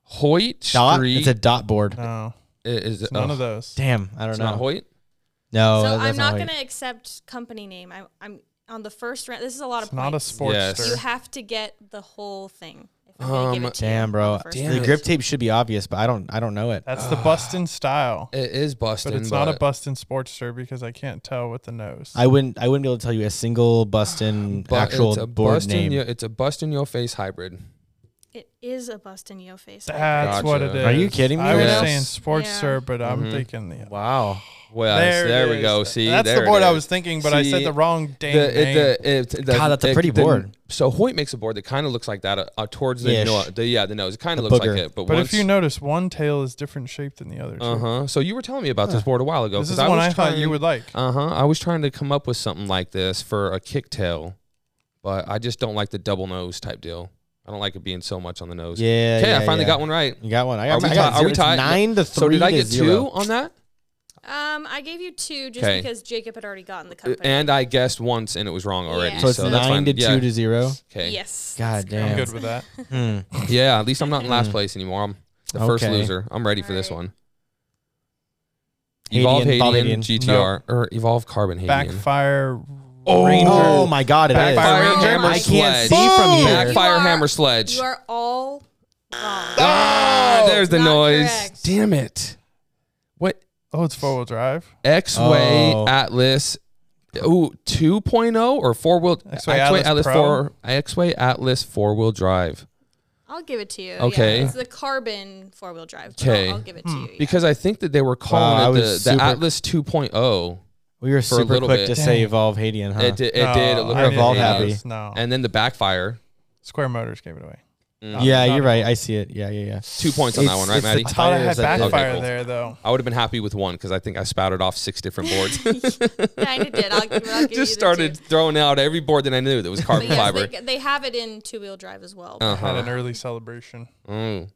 [SPEAKER 3] Hoyt
[SPEAKER 1] dot.
[SPEAKER 3] Street.
[SPEAKER 1] It's a dot board.
[SPEAKER 2] No,
[SPEAKER 3] It is
[SPEAKER 2] it's none
[SPEAKER 3] oh,
[SPEAKER 2] of those.
[SPEAKER 1] Damn, I don't
[SPEAKER 3] It's
[SPEAKER 1] know.
[SPEAKER 3] not Hoyt.
[SPEAKER 1] No,
[SPEAKER 4] so
[SPEAKER 1] Oh, that-
[SPEAKER 4] I'm
[SPEAKER 1] that's
[SPEAKER 4] not
[SPEAKER 1] Hoyt.
[SPEAKER 4] gonna accept company name. I'm I'm on the first round. This is a lot
[SPEAKER 2] It's
[SPEAKER 4] of
[SPEAKER 2] not a
[SPEAKER 4] points.
[SPEAKER 2] sportster.
[SPEAKER 3] Yes.
[SPEAKER 4] You have to get the whole thing. If I'm gonna give
[SPEAKER 3] Um,
[SPEAKER 4] it to you
[SPEAKER 1] Damn,
[SPEAKER 4] on
[SPEAKER 1] bro.
[SPEAKER 4] the first
[SPEAKER 3] Damn
[SPEAKER 1] the
[SPEAKER 3] it.
[SPEAKER 4] round.
[SPEAKER 1] grip tape should be obvious, but I don't. I don't know it.
[SPEAKER 2] That's the Bustin style.
[SPEAKER 3] It is Bustin,
[SPEAKER 2] But it's not a Bustin Sportster because I can't tell with the nose.
[SPEAKER 1] I wouldn't. I wouldn't be able to tell you a single Bustin
[SPEAKER 3] Bu-
[SPEAKER 1] actual
[SPEAKER 3] it's a
[SPEAKER 1] board
[SPEAKER 3] bust
[SPEAKER 1] name.
[SPEAKER 3] In your, it's a bust in your face hybrid.
[SPEAKER 4] It is a bust in your face.
[SPEAKER 2] That's what it
[SPEAKER 3] Gotcha.
[SPEAKER 2] is.
[SPEAKER 1] Are you kidding me
[SPEAKER 2] I
[SPEAKER 1] right
[SPEAKER 2] was
[SPEAKER 3] now?
[SPEAKER 2] saying Sportster,
[SPEAKER 4] Yeah.
[SPEAKER 2] but I'm thinking the.
[SPEAKER 1] wow.
[SPEAKER 3] Well, there,
[SPEAKER 2] it
[SPEAKER 3] Mm-hmm. there we
[SPEAKER 2] is.
[SPEAKER 3] go. See,
[SPEAKER 2] that's
[SPEAKER 3] there
[SPEAKER 2] the
[SPEAKER 3] it
[SPEAKER 2] board I
[SPEAKER 3] is.
[SPEAKER 2] was thinking, but I said
[SPEAKER 3] See,
[SPEAKER 2] the wrong damn
[SPEAKER 3] The,
[SPEAKER 2] name.
[SPEAKER 3] it, the, it, the,
[SPEAKER 1] God, that's a
[SPEAKER 3] it-
[SPEAKER 1] pretty
[SPEAKER 3] the-
[SPEAKER 1] board.
[SPEAKER 3] so Hoyt makes a board that kind of looks like that uh, uh, towards the,
[SPEAKER 1] Ish.
[SPEAKER 3] no, the yeah the nose. It kind
[SPEAKER 1] The
[SPEAKER 3] of looks
[SPEAKER 1] booger.
[SPEAKER 3] like it, but,
[SPEAKER 2] but
[SPEAKER 3] once,
[SPEAKER 2] if you notice, one tail is different shaped than the other. two.
[SPEAKER 3] uh huh. So you were telling me about this board a while ago.
[SPEAKER 2] This is
[SPEAKER 3] I
[SPEAKER 2] one
[SPEAKER 3] was
[SPEAKER 2] I thought
[SPEAKER 3] trying-
[SPEAKER 2] you would like.
[SPEAKER 3] Uh huh. I was trying to come up with something like this for a kicktail, but I just don't like the double nose type deal. I don't like it being so much on the nose.
[SPEAKER 1] Yeah.
[SPEAKER 3] Okay,
[SPEAKER 1] yeah,
[SPEAKER 3] I finally
[SPEAKER 1] yeah.
[SPEAKER 3] got one right.
[SPEAKER 1] You got one. I
[SPEAKER 3] Are
[SPEAKER 1] got.
[SPEAKER 3] we
[SPEAKER 1] I got
[SPEAKER 3] ti- are we
[SPEAKER 1] zero. It's
[SPEAKER 3] tied?
[SPEAKER 1] Nine to three.
[SPEAKER 3] So did I
[SPEAKER 1] to
[SPEAKER 3] get
[SPEAKER 1] zero.
[SPEAKER 3] two on that?
[SPEAKER 4] Um, I gave you two just
[SPEAKER 3] 'Kay.
[SPEAKER 4] because Jacob had already gotten the company.
[SPEAKER 3] And I guessed once and it was wrong already.
[SPEAKER 4] Yeah.
[SPEAKER 1] So it's
[SPEAKER 4] So
[SPEAKER 3] that's
[SPEAKER 1] nine
[SPEAKER 3] fine.
[SPEAKER 1] to
[SPEAKER 3] yeah.
[SPEAKER 1] two to zero.
[SPEAKER 3] Okay.
[SPEAKER 4] Yes.
[SPEAKER 1] God
[SPEAKER 4] that's
[SPEAKER 1] damn.
[SPEAKER 2] I'm
[SPEAKER 4] correct.
[SPEAKER 2] good with that.
[SPEAKER 1] Hmm.
[SPEAKER 3] Yeah, at least I'm not in last place anymore. I'm the first
[SPEAKER 1] Mm. Okay.
[SPEAKER 3] loser. I'm ready for this
[SPEAKER 4] Alright.
[SPEAKER 3] one. Evolve
[SPEAKER 1] Hadian, Bob
[SPEAKER 3] Hadian,
[SPEAKER 1] Hadian.
[SPEAKER 3] GTR or Evolve Carbon Hadian.
[SPEAKER 2] Backfire.
[SPEAKER 3] Oh.
[SPEAKER 2] Ranger.
[SPEAKER 1] Oh my God! It is.
[SPEAKER 2] Backfire
[SPEAKER 4] Oh
[SPEAKER 3] Hammer
[SPEAKER 4] my-
[SPEAKER 1] I can't
[SPEAKER 3] Sledge.
[SPEAKER 1] see from
[SPEAKER 2] Boom.
[SPEAKER 1] here.
[SPEAKER 3] Backfire
[SPEAKER 4] You are-
[SPEAKER 3] Hammer Sledge.
[SPEAKER 4] You are all wrong.
[SPEAKER 3] ah, there's the
[SPEAKER 4] Not
[SPEAKER 3] noise.
[SPEAKER 4] correct.
[SPEAKER 3] Damn it. What
[SPEAKER 2] Oh, it's four wheel drive.
[SPEAKER 3] X Way
[SPEAKER 1] Oh.
[SPEAKER 3] Atlas Ooh, 2.0 or four wheel
[SPEAKER 2] X-Way Atlas Pro?
[SPEAKER 3] four X-Way Atlas four wheel drive.
[SPEAKER 4] I'll give it to you.
[SPEAKER 3] Okay.
[SPEAKER 4] Yeah, it's the carbon four wheel drive. but
[SPEAKER 3] Okay.
[SPEAKER 4] I'll, I'll give it to
[SPEAKER 2] Hmm.
[SPEAKER 4] you. yeah.
[SPEAKER 3] Because I think that they were calling
[SPEAKER 1] Wow, I
[SPEAKER 3] it
[SPEAKER 1] was
[SPEAKER 3] the, the
[SPEAKER 1] super-
[SPEAKER 3] Atlas 2.0.
[SPEAKER 1] We were
[SPEAKER 3] For a
[SPEAKER 1] super
[SPEAKER 3] little
[SPEAKER 1] quick
[SPEAKER 3] bit.
[SPEAKER 1] to say
[SPEAKER 2] Dang.
[SPEAKER 1] evolve Hadian, huh?
[SPEAKER 3] It did. It did. It looked
[SPEAKER 1] I
[SPEAKER 3] like
[SPEAKER 1] didn't Evolve
[SPEAKER 3] it
[SPEAKER 1] happy.
[SPEAKER 3] was.
[SPEAKER 2] No,
[SPEAKER 3] And then the backfire.
[SPEAKER 2] Square Motors gave it away.
[SPEAKER 3] Mm.
[SPEAKER 1] Yeah,
[SPEAKER 2] Not
[SPEAKER 1] you're
[SPEAKER 2] at
[SPEAKER 1] right. I see it. Yeah, yeah, yeah.
[SPEAKER 3] Two points on that
[SPEAKER 1] It's-
[SPEAKER 3] one, right,
[SPEAKER 1] it's the
[SPEAKER 3] Maddie?
[SPEAKER 2] I thought I had
[SPEAKER 1] Tires, I think.
[SPEAKER 2] backfire
[SPEAKER 3] Okay, cool.
[SPEAKER 2] there though.
[SPEAKER 3] I would have been happy with one because I think I spouted off six different boards.
[SPEAKER 4] kind of did. I'll, I'll give you the two.
[SPEAKER 3] Just started throwing out every board that I knew that was
[SPEAKER 4] But
[SPEAKER 3] carbon
[SPEAKER 4] yes,
[SPEAKER 3] fiber.
[SPEAKER 4] They, they have it in two wheel drive as well.
[SPEAKER 3] Uh
[SPEAKER 4] but
[SPEAKER 2] Had
[SPEAKER 3] huh.
[SPEAKER 2] an early celebration.
[SPEAKER 3] Mm.
[SPEAKER 4] you guys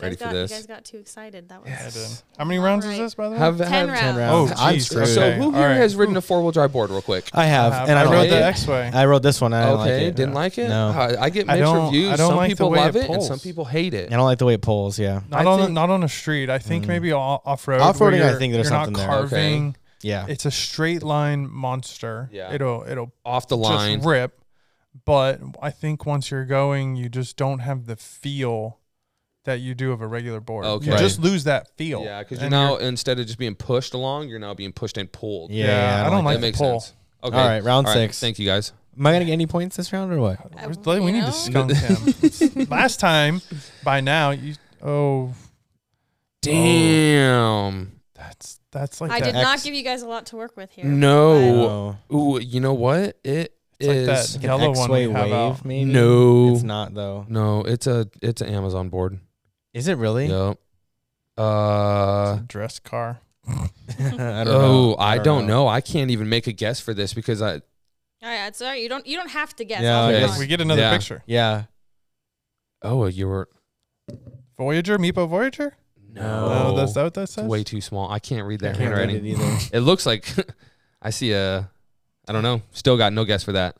[SPEAKER 3] Ready for
[SPEAKER 4] got- You
[SPEAKER 3] this?
[SPEAKER 4] guys got too excited. That was
[SPEAKER 2] I did. How many rounds is
[SPEAKER 4] Alright.
[SPEAKER 2] this, by the way?
[SPEAKER 3] Have, have
[SPEAKER 4] ten rounds.
[SPEAKER 1] Ten rounds.
[SPEAKER 2] Oh,
[SPEAKER 1] I'm
[SPEAKER 2] jeez.
[SPEAKER 1] screwed.
[SPEAKER 3] So
[SPEAKER 2] Okay,
[SPEAKER 3] who here
[SPEAKER 2] alright.
[SPEAKER 3] has ridden a four wheel drive board real quick?
[SPEAKER 1] I have,
[SPEAKER 2] Uh,
[SPEAKER 1] and I,
[SPEAKER 2] I
[SPEAKER 1] don't
[SPEAKER 2] rode
[SPEAKER 3] like
[SPEAKER 1] like
[SPEAKER 2] the
[SPEAKER 1] it.
[SPEAKER 2] X Way.
[SPEAKER 1] I wrote this one. I don't
[SPEAKER 3] okay,
[SPEAKER 1] like it.
[SPEAKER 3] didn't like it.
[SPEAKER 1] No.
[SPEAKER 3] Uh, I get
[SPEAKER 2] I
[SPEAKER 3] mixed
[SPEAKER 2] don't-
[SPEAKER 3] reviews.
[SPEAKER 2] I don't
[SPEAKER 3] some
[SPEAKER 2] like the
[SPEAKER 3] people
[SPEAKER 2] way
[SPEAKER 3] love
[SPEAKER 2] it
[SPEAKER 3] it, and some
[SPEAKER 2] pulls.
[SPEAKER 3] people hate it.
[SPEAKER 1] I don't like the way it pulls. Yeah,
[SPEAKER 2] Not
[SPEAKER 3] I
[SPEAKER 2] on
[SPEAKER 3] think-
[SPEAKER 2] not on a street. I think
[SPEAKER 1] Mm.
[SPEAKER 2] maybe all off road.
[SPEAKER 1] Off-roading, I think there's
[SPEAKER 2] you're not
[SPEAKER 1] something there.
[SPEAKER 3] Okay.
[SPEAKER 2] carving.
[SPEAKER 1] yeah.
[SPEAKER 2] It's a straight line monster.
[SPEAKER 3] Yeah.
[SPEAKER 2] It'll it'll
[SPEAKER 3] Off the line.
[SPEAKER 2] just rip. But I think once you're going, you just don't have the feel that you do of a regular board.
[SPEAKER 3] Okay.
[SPEAKER 2] You just lose that feel.
[SPEAKER 3] Yeah, because you're
[SPEAKER 2] And
[SPEAKER 3] now instead of just being pushed along, you're now being pushed and pulled.
[SPEAKER 1] yeah,
[SPEAKER 2] yeah,
[SPEAKER 1] yeah,
[SPEAKER 2] I don't
[SPEAKER 3] That
[SPEAKER 2] like the
[SPEAKER 3] makes
[SPEAKER 2] pull.
[SPEAKER 3] sense. Okay.
[SPEAKER 1] All right, round
[SPEAKER 3] All right,
[SPEAKER 1] six.
[SPEAKER 3] Thank you guys.
[SPEAKER 1] Am I gonna get any points this round or what?
[SPEAKER 4] I-
[SPEAKER 2] We're- we
[SPEAKER 4] you
[SPEAKER 2] need
[SPEAKER 4] know?
[SPEAKER 2] to skunk him. Last time, by now, you oh
[SPEAKER 3] Damn.
[SPEAKER 2] that's that's like
[SPEAKER 4] I
[SPEAKER 2] that
[SPEAKER 4] did not
[SPEAKER 1] X.
[SPEAKER 4] give you guys a lot to work with here.
[SPEAKER 3] No.
[SPEAKER 1] No.
[SPEAKER 3] Ooh, you know what? It
[SPEAKER 2] like
[SPEAKER 3] is
[SPEAKER 1] Like
[SPEAKER 2] that
[SPEAKER 1] an
[SPEAKER 2] yellow one we
[SPEAKER 1] X-way
[SPEAKER 2] have
[SPEAKER 1] wave,
[SPEAKER 2] out.
[SPEAKER 1] maybe.
[SPEAKER 3] no.
[SPEAKER 1] it's not though.
[SPEAKER 3] No, it's a it's an Amazon board.
[SPEAKER 1] Is it really?
[SPEAKER 3] Yep. Uh
[SPEAKER 2] It's a dress car.
[SPEAKER 1] I don't
[SPEAKER 3] oh,
[SPEAKER 1] know.
[SPEAKER 3] I don't know. I can't even make a guess for this because I
[SPEAKER 4] All right, it's all right. You don't you don't have to guess.
[SPEAKER 1] Yeah,
[SPEAKER 4] I'll
[SPEAKER 3] okay.
[SPEAKER 4] be
[SPEAKER 3] Yes.
[SPEAKER 4] honest.
[SPEAKER 2] We get another
[SPEAKER 3] Yeah.
[SPEAKER 2] picture.
[SPEAKER 1] Yeah.
[SPEAKER 3] oh you were
[SPEAKER 2] Voyager, Meepo Voyager.
[SPEAKER 3] no
[SPEAKER 2] Oh, that's that what that
[SPEAKER 3] it's
[SPEAKER 2] says.
[SPEAKER 3] way too small. I can't read that
[SPEAKER 1] Can't read
[SPEAKER 3] handwriting.
[SPEAKER 1] it either.
[SPEAKER 3] It looks like I see a I don't know. Still got no guess for that.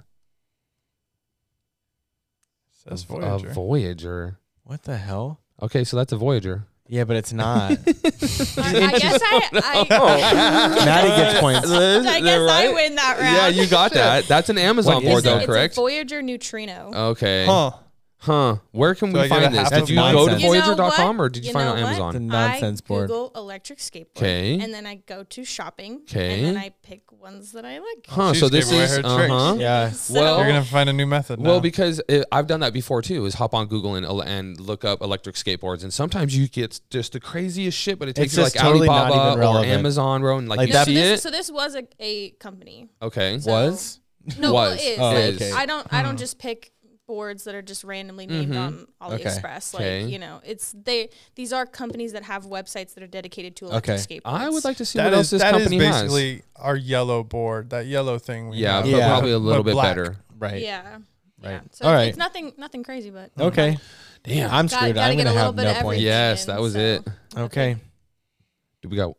[SPEAKER 2] It says
[SPEAKER 3] A-
[SPEAKER 2] Voyager.
[SPEAKER 3] A Voyager.
[SPEAKER 1] What the hell?
[SPEAKER 3] Okay, so that's a Voyager.
[SPEAKER 1] Yeah, but it's not.
[SPEAKER 4] I, I guess I,
[SPEAKER 3] Oh.
[SPEAKER 4] I,
[SPEAKER 1] Maddie gets points.
[SPEAKER 4] I guess I win that round.
[SPEAKER 3] Yeah, you got that. That's an Amazon
[SPEAKER 1] What
[SPEAKER 3] board
[SPEAKER 1] is it?
[SPEAKER 3] though,
[SPEAKER 4] it's
[SPEAKER 3] correct?
[SPEAKER 4] A Voyager neutrino.
[SPEAKER 3] Okay. Huh.
[SPEAKER 2] Huh.
[SPEAKER 3] Where can we
[SPEAKER 2] Do I get a
[SPEAKER 3] find this?
[SPEAKER 2] half
[SPEAKER 3] Did
[SPEAKER 1] of
[SPEAKER 3] you
[SPEAKER 1] mine?
[SPEAKER 3] go to
[SPEAKER 1] You
[SPEAKER 4] know
[SPEAKER 3] voyager.com
[SPEAKER 4] what?
[SPEAKER 3] or did you,
[SPEAKER 4] You
[SPEAKER 3] find it
[SPEAKER 4] know
[SPEAKER 3] on
[SPEAKER 4] what?
[SPEAKER 1] It's
[SPEAKER 3] Amazon?
[SPEAKER 1] a nonsense
[SPEAKER 4] I
[SPEAKER 1] board.
[SPEAKER 4] Google electric skateboard.
[SPEAKER 3] Okay.
[SPEAKER 4] And then I go to shopping.
[SPEAKER 3] Okay.
[SPEAKER 4] And then I pick ones that I like.
[SPEAKER 3] Huh,
[SPEAKER 2] She
[SPEAKER 3] so this
[SPEAKER 2] just gave away
[SPEAKER 3] is
[SPEAKER 2] her tricks.
[SPEAKER 3] uh-huh.
[SPEAKER 1] Yeah.
[SPEAKER 4] So,
[SPEAKER 3] Well-
[SPEAKER 2] You're gonna find a new method.
[SPEAKER 3] Well,
[SPEAKER 2] now.
[SPEAKER 3] because it, I've done that before too, is hop on Google and and look up electric skateboards, and sometimes you get just the craziest shit, but it takes
[SPEAKER 1] It's
[SPEAKER 3] you like
[SPEAKER 1] just totally not even
[SPEAKER 3] Alibaba or
[SPEAKER 1] relevant.
[SPEAKER 3] Amazon, bro, and like,
[SPEAKER 1] Like
[SPEAKER 3] you
[SPEAKER 1] that-
[SPEAKER 4] so,
[SPEAKER 3] see
[SPEAKER 4] this,
[SPEAKER 3] it.
[SPEAKER 4] so this was a, a company.
[SPEAKER 3] okay,
[SPEAKER 4] So-
[SPEAKER 1] Was?
[SPEAKER 4] No, well,
[SPEAKER 3] Was.
[SPEAKER 4] it is.
[SPEAKER 1] Oh,
[SPEAKER 4] Like,
[SPEAKER 1] okay.
[SPEAKER 4] I don't. I don't
[SPEAKER 3] Hmm.
[SPEAKER 4] just pick boards that are just randomly named on
[SPEAKER 1] Okay.
[SPEAKER 4] AliExpress. Like
[SPEAKER 3] Mm-hmm. Okay.
[SPEAKER 4] you know, it's they. These are companies that have websites that are dedicated to electric
[SPEAKER 1] Okay.
[SPEAKER 4] skateboards.
[SPEAKER 3] I would like to see
[SPEAKER 2] that
[SPEAKER 3] what else
[SPEAKER 2] is
[SPEAKER 3] this
[SPEAKER 2] that is
[SPEAKER 3] company has.
[SPEAKER 2] basically our yellow board. That yellow thing. We
[SPEAKER 3] Yeah,
[SPEAKER 2] have,
[SPEAKER 3] but
[SPEAKER 1] Yeah.
[SPEAKER 3] probably a little
[SPEAKER 2] but
[SPEAKER 3] bit
[SPEAKER 2] black.
[SPEAKER 3] better.
[SPEAKER 1] Right.
[SPEAKER 4] Yeah. Yeah.
[SPEAKER 1] Right.
[SPEAKER 4] So
[SPEAKER 1] All
[SPEAKER 4] it's-
[SPEAKER 1] right.
[SPEAKER 4] it's nothing, nothing crazy, but
[SPEAKER 1] Okay.
[SPEAKER 3] Damn.
[SPEAKER 1] I'm
[SPEAKER 4] Gotta-
[SPEAKER 1] screwed.
[SPEAKER 4] gotta
[SPEAKER 1] I'm
[SPEAKER 4] get
[SPEAKER 1] gonna
[SPEAKER 4] a little
[SPEAKER 1] have
[SPEAKER 4] bit
[SPEAKER 1] no
[SPEAKER 4] of
[SPEAKER 1] points.
[SPEAKER 4] everything.
[SPEAKER 3] Yes, that was
[SPEAKER 4] So-
[SPEAKER 3] it.
[SPEAKER 1] Okay.
[SPEAKER 3] Do we got?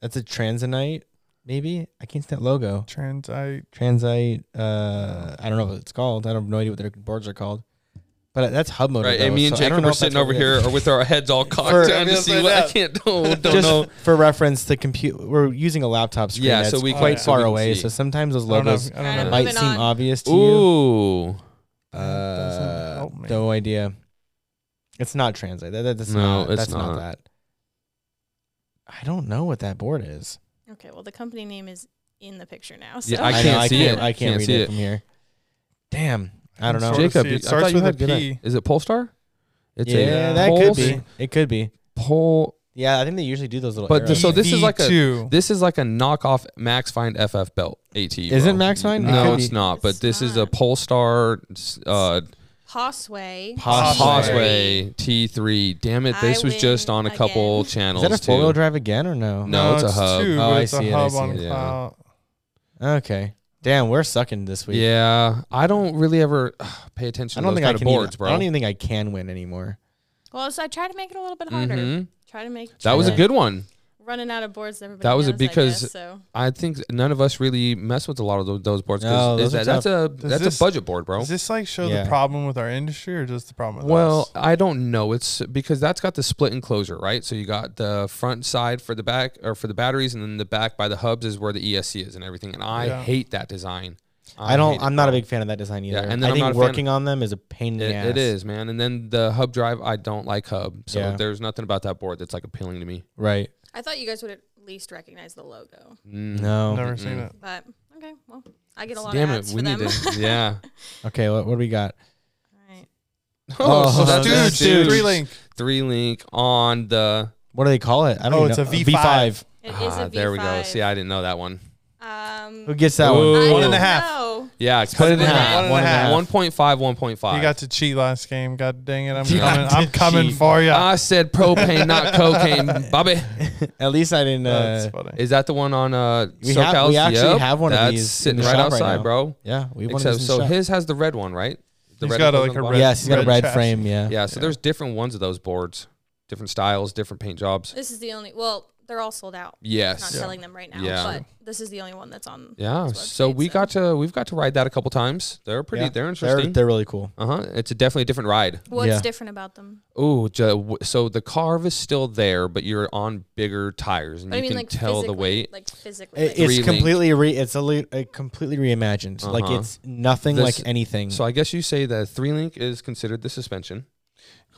[SPEAKER 1] That's a transonite, maybe. I can't see that logo.
[SPEAKER 2] Transite.
[SPEAKER 1] Transite. Uh, I don't know what it's called. I have no idea what their boards are called. But uh, that's hub motor.
[SPEAKER 3] Right,
[SPEAKER 1] though,
[SPEAKER 3] and me and
[SPEAKER 1] so I don't
[SPEAKER 3] Jacob
[SPEAKER 1] know
[SPEAKER 3] are
[SPEAKER 1] if that's
[SPEAKER 3] sitting
[SPEAKER 1] what
[SPEAKER 3] over
[SPEAKER 1] we-
[SPEAKER 3] here or with our heads all cocked
[SPEAKER 1] For-
[SPEAKER 3] trying to
[SPEAKER 2] Just
[SPEAKER 3] see
[SPEAKER 2] like
[SPEAKER 3] what I
[SPEAKER 2] that.
[SPEAKER 3] can't don't, don't
[SPEAKER 1] Just
[SPEAKER 3] know.
[SPEAKER 1] for reference, the compute we're using a laptop screen.
[SPEAKER 3] Yeah,
[SPEAKER 1] Yeah,
[SPEAKER 3] so
[SPEAKER 1] so
[SPEAKER 3] we
[SPEAKER 1] we
[SPEAKER 3] can-
[SPEAKER 1] quite
[SPEAKER 2] so
[SPEAKER 1] far
[SPEAKER 3] we can
[SPEAKER 1] away.
[SPEAKER 3] see.
[SPEAKER 1] So sometimes those
[SPEAKER 2] I don't know.
[SPEAKER 1] logos
[SPEAKER 2] if- I don't know.
[SPEAKER 4] Uh,
[SPEAKER 2] if-
[SPEAKER 1] might
[SPEAKER 4] Moving
[SPEAKER 1] seem
[SPEAKER 4] on.
[SPEAKER 1] obvious to you. Uh,
[SPEAKER 3] Ooh.
[SPEAKER 2] That doesn't help me.
[SPEAKER 1] No idea. It's not translate. That, that- that's
[SPEAKER 3] No,
[SPEAKER 1] not,
[SPEAKER 3] it's
[SPEAKER 1] that's not.
[SPEAKER 3] not.
[SPEAKER 1] that. I don't know what that board is.
[SPEAKER 4] Okay. Well, the company name is in the picture now. So.
[SPEAKER 3] Yeah, I
[SPEAKER 1] know,
[SPEAKER 3] can't see
[SPEAKER 1] can't,
[SPEAKER 3] it.
[SPEAKER 1] I can't,
[SPEAKER 3] Can't
[SPEAKER 1] read
[SPEAKER 3] see
[SPEAKER 1] it,
[SPEAKER 3] it.
[SPEAKER 1] from here. Damn, I don't know.
[SPEAKER 2] Sort of
[SPEAKER 3] Jacob,
[SPEAKER 2] see
[SPEAKER 3] you-
[SPEAKER 2] it.
[SPEAKER 3] I
[SPEAKER 2] Starts
[SPEAKER 3] thought you
[SPEAKER 2] with a
[SPEAKER 3] had good eye.
[SPEAKER 2] P.
[SPEAKER 3] Is it Polestar? It's
[SPEAKER 1] yeah, that could
[SPEAKER 3] Pulse-
[SPEAKER 1] be. It could be.
[SPEAKER 3] Pol-
[SPEAKER 1] Yeah, I think they usually do those little.
[SPEAKER 3] But the-
[SPEAKER 1] arrows.
[SPEAKER 3] so this is like a-
[SPEAKER 2] two.
[SPEAKER 3] This is like a knockoff Max Find FF belt AT.
[SPEAKER 1] Is
[SPEAKER 3] bro.
[SPEAKER 1] it Max Find? It
[SPEAKER 3] No,
[SPEAKER 1] could
[SPEAKER 3] it's
[SPEAKER 1] be.
[SPEAKER 3] not. But
[SPEAKER 4] It's
[SPEAKER 3] this is a
[SPEAKER 4] not.
[SPEAKER 3] Polestar uh,
[SPEAKER 4] Posway.
[SPEAKER 1] Posway.
[SPEAKER 3] Causeway T3. Damn it,
[SPEAKER 4] I
[SPEAKER 3] this was
[SPEAKER 4] win
[SPEAKER 3] just on a couple
[SPEAKER 4] again.
[SPEAKER 3] channels.
[SPEAKER 1] is that a four wheel
[SPEAKER 3] too.
[SPEAKER 1] drive again or no?
[SPEAKER 3] No, it's a hub.
[SPEAKER 2] Two,
[SPEAKER 1] Oh,
[SPEAKER 2] but
[SPEAKER 1] I
[SPEAKER 2] it's
[SPEAKER 1] see
[SPEAKER 2] a
[SPEAKER 1] it, I
[SPEAKER 2] hub
[SPEAKER 1] see
[SPEAKER 2] on
[SPEAKER 3] it. Yeah.
[SPEAKER 2] cloud.
[SPEAKER 1] Okay. Damn, we're sucking this week.
[SPEAKER 3] Yeah, I don't really ever ugh, pay attention
[SPEAKER 1] I don't
[SPEAKER 3] to
[SPEAKER 1] think
[SPEAKER 3] those
[SPEAKER 1] I
[SPEAKER 3] kind
[SPEAKER 1] can.
[SPEAKER 3] of boards,
[SPEAKER 1] even,
[SPEAKER 3] bro.
[SPEAKER 1] I don't e- even think I can win anymore.
[SPEAKER 4] Well, so I try to make it a little bit harder.
[SPEAKER 3] Mhm.
[SPEAKER 4] Try to make.
[SPEAKER 3] That was a
[SPEAKER 1] Yeah.
[SPEAKER 3] good one.
[SPEAKER 4] running out of boards. Everybody
[SPEAKER 3] That was a-
[SPEAKER 4] knows, I
[SPEAKER 3] because-
[SPEAKER 4] guess, so.
[SPEAKER 3] I think none of us really mess with a lot of tho- those boards. 'cause
[SPEAKER 1] No,
[SPEAKER 3] is
[SPEAKER 1] those are
[SPEAKER 3] that- that's a
[SPEAKER 2] Does
[SPEAKER 3] that's
[SPEAKER 2] this-
[SPEAKER 3] a budget board, bro.
[SPEAKER 2] Does this like show
[SPEAKER 1] Yeah.
[SPEAKER 2] the problem with our industry or just the problem with
[SPEAKER 3] Well,
[SPEAKER 2] us?
[SPEAKER 3] I don't know. It's because that's got the split enclosure, right? So you got the front side for the back or for the batteries, and then the back by the hubs is where the ESC is and everything. And I
[SPEAKER 2] Yeah.
[SPEAKER 3] hate that design.
[SPEAKER 1] I, don't.
[SPEAKER 3] hate it,
[SPEAKER 1] I'm not a
[SPEAKER 3] bro.
[SPEAKER 1] big fan of that design either.
[SPEAKER 3] Yeah, and then
[SPEAKER 1] I
[SPEAKER 3] I'm
[SPEAKER 1] think
[SPEAKER 3] not a fan-
[SPEAKER 1] working on them is a pain in the ass.
[SPEAKER 3] It, it is, man. And then the hub drive, I don't like hub. So
[SPEAKER 1] E Yeah.
[SPEAKER 3] there's nothing about that board that's like appealing to me.
[SPEAKER 1] right.
[SPEAKER 4] I thought you guys would least recognize the logo.
[SPEAKER 3] Mm-hmm.
[SPEAKER 1] No.
[SPEAKER 2] Never seen it.
[SPEAKER 4] But okay, well, I get a lot
[SPEAKER 3] Mm. Damn
[SPEAKER 4] of
[SPEAKER 3] it,
[SPEAKER 4] ads
[SPEAKER 3] we
[SPEAKER 4] for
[SPEAKER 3] need
[SPEAKER 4] them.
[SPEAKER 3] to. Yeah.
[SPEAKER 1] Okay, what, what do we got?
[SPEAKER 4] All right.
[SPEAKER 1] Oh, so
[SPEAKER 3] that's
[SPEAKER 1] dude,
[SPEAKER 3] it,
[SPEAKER 1] dude.
[SPEAKER 2] Three link.
[SPEAKER 3] Three link on the.
[SPEAKER 1] What do they call it? I don't
[SPEAKER 2] Oh,
[SPEAKER 1] even
[SPEAKER 2] it's
[SPEAKER 1] know.
[SPEAKER 2] a V5.
[SPEAKER 4] It is
[SPEAKER 3] ah,
[SPEAKER 4] a V5.
[SPEAKER 3] there we go. See, I didn't know that one.
[SPEAKER 4] um,
[SPEAKER 1] Who gets that
[SPEAKER 3] Ooh.
[SPEAKER 1] one?
[SPEAKER 3] One
[SPEAKER 4] I don't
[SPEAKER 3] and a
[SPEAKER 2] half.
[SPEAKER 4] know.
[SPEAKER 3] Yeah,
[SPEAKER 1] Cut it in
[SPEAKER 3] one and a
[SPEAKER 1] half,
[SPEAKER 3] half.
[SPEAKER 2] one and a half.
[SPEAKER 3] One point five, one point five.
[SPEAKER 2] You got to cheat last game. God dang it. I'm
[SPEAKER 3] Yeah.
[SPEAKER 2] coming. I'm
[SPEAKER 1] Cheat.
[SPEAKER 2] coming for you.
[SPEAKER 3] I said propane, not cocaine, Bobby.
[SPEAKER 1] At least I didn't.
[SPEAKER 2] That's
[SPEAKER 1] Uh,
[SPEAKER 2] funny.
[SPEAKER 3] Is that the one on uh?
[SPEAKER 1] We have-
[SPEAKER 3] SoCal's?
[SPEAKER 1] we actually
[SPEAKER 3] Yep,
[SPEAKER 1] have one of
[SPEAKER 3] that's
[SPEAKER 1] these in
[SPEAKER 3] sitting
[SPEAKER 1] the
[SPEAKER 3] right
[SPEAKER 1] shop right
[SPEAKER 3] outside,
[SPEAKER 1] now.
[SPEAKER 3] bro.
[SPEAKER 1] yeah, we wanted
[SPEAKER 3] Except
[SPEAKER 1] this
[SPEAKER 3] so
[SPEAKER 1] shot.
[SPEAKER 3] his has the red one, right? The
[SPEAKER 2] He's
[SPEAKER 3] red
[SPEAKER 2] got,
[SPEAKER 3] one
[SPEAKER 2] like,
[SPEAKER 3] on the
[SPEAKER 2] a
[SPEAKER 3] bottom?
[SPEAKER 2] red-
[SPEAKER 1] yes, he's got a
[SPEAKER 2] red
[SPEAKER 1] red
[SPEAKER 2] chassis.
[SPEAKER 1] frame. Yeah.
[SPEAKER 3] Yeah, so there's different ones of those boards, different styles, different paint jobs.
[SPEAKER 4] This is the only. Well, they're all sold out. Not
[SPEAKER 3] Yes.
[SPEAKER 4] selling them right now,
[SPEAKER 3] Yeah.
[SPEAKER 4] but this is the only one that's on.
[SPEAKER 3] Yeah.
[SPEAKER 4] this
[SPEAKER 3] So
[SPEAKER 4] website,
[SPEAKER 3] we got to we've got to ride that a couple times. They're pretty.
[SPEAKER 1] Yeah.
[SPEAKER 3] They're
[SPEAKER 1] They're,
[SPEAKER 3] interesting.
[SPEAKER 1] they're really cool.
[SPEAKER 3] uh huh. It's a definitely a different ride.
[SPEAKER 4] What's
[SPEAKER 1] Yeah.
[SPEAKER 4] different about them?
[SPEAKER 3] Ooh, ju- w- so the carve is still there, but you're on bigger tires, and you
[SPEAKER 4] But I mean,
[SPEAKER 3] can
[SPEAKER 4] like
[SPEAKER 3] tell the
[SPEAKER 4] physically,
[SPEAKER 3] weight.
[SPEAKER 4] Like physically,
[SPEAKER 1] It,
[SPEAKER 4] like-
[SPEAKER 1] it's
[SPEAKER 3] Relink.
[SPEAKER 1] completely re. It's a, li- a completely reimagined. Like
[SPEAKER 3] Uh-huh.
[SPEAKER 1] it's nothing
[SPEAKER 3] This-
[SPEAKER 1] like anything.
[SPEAKER 3] So I guess you say that three link is considered the suspension,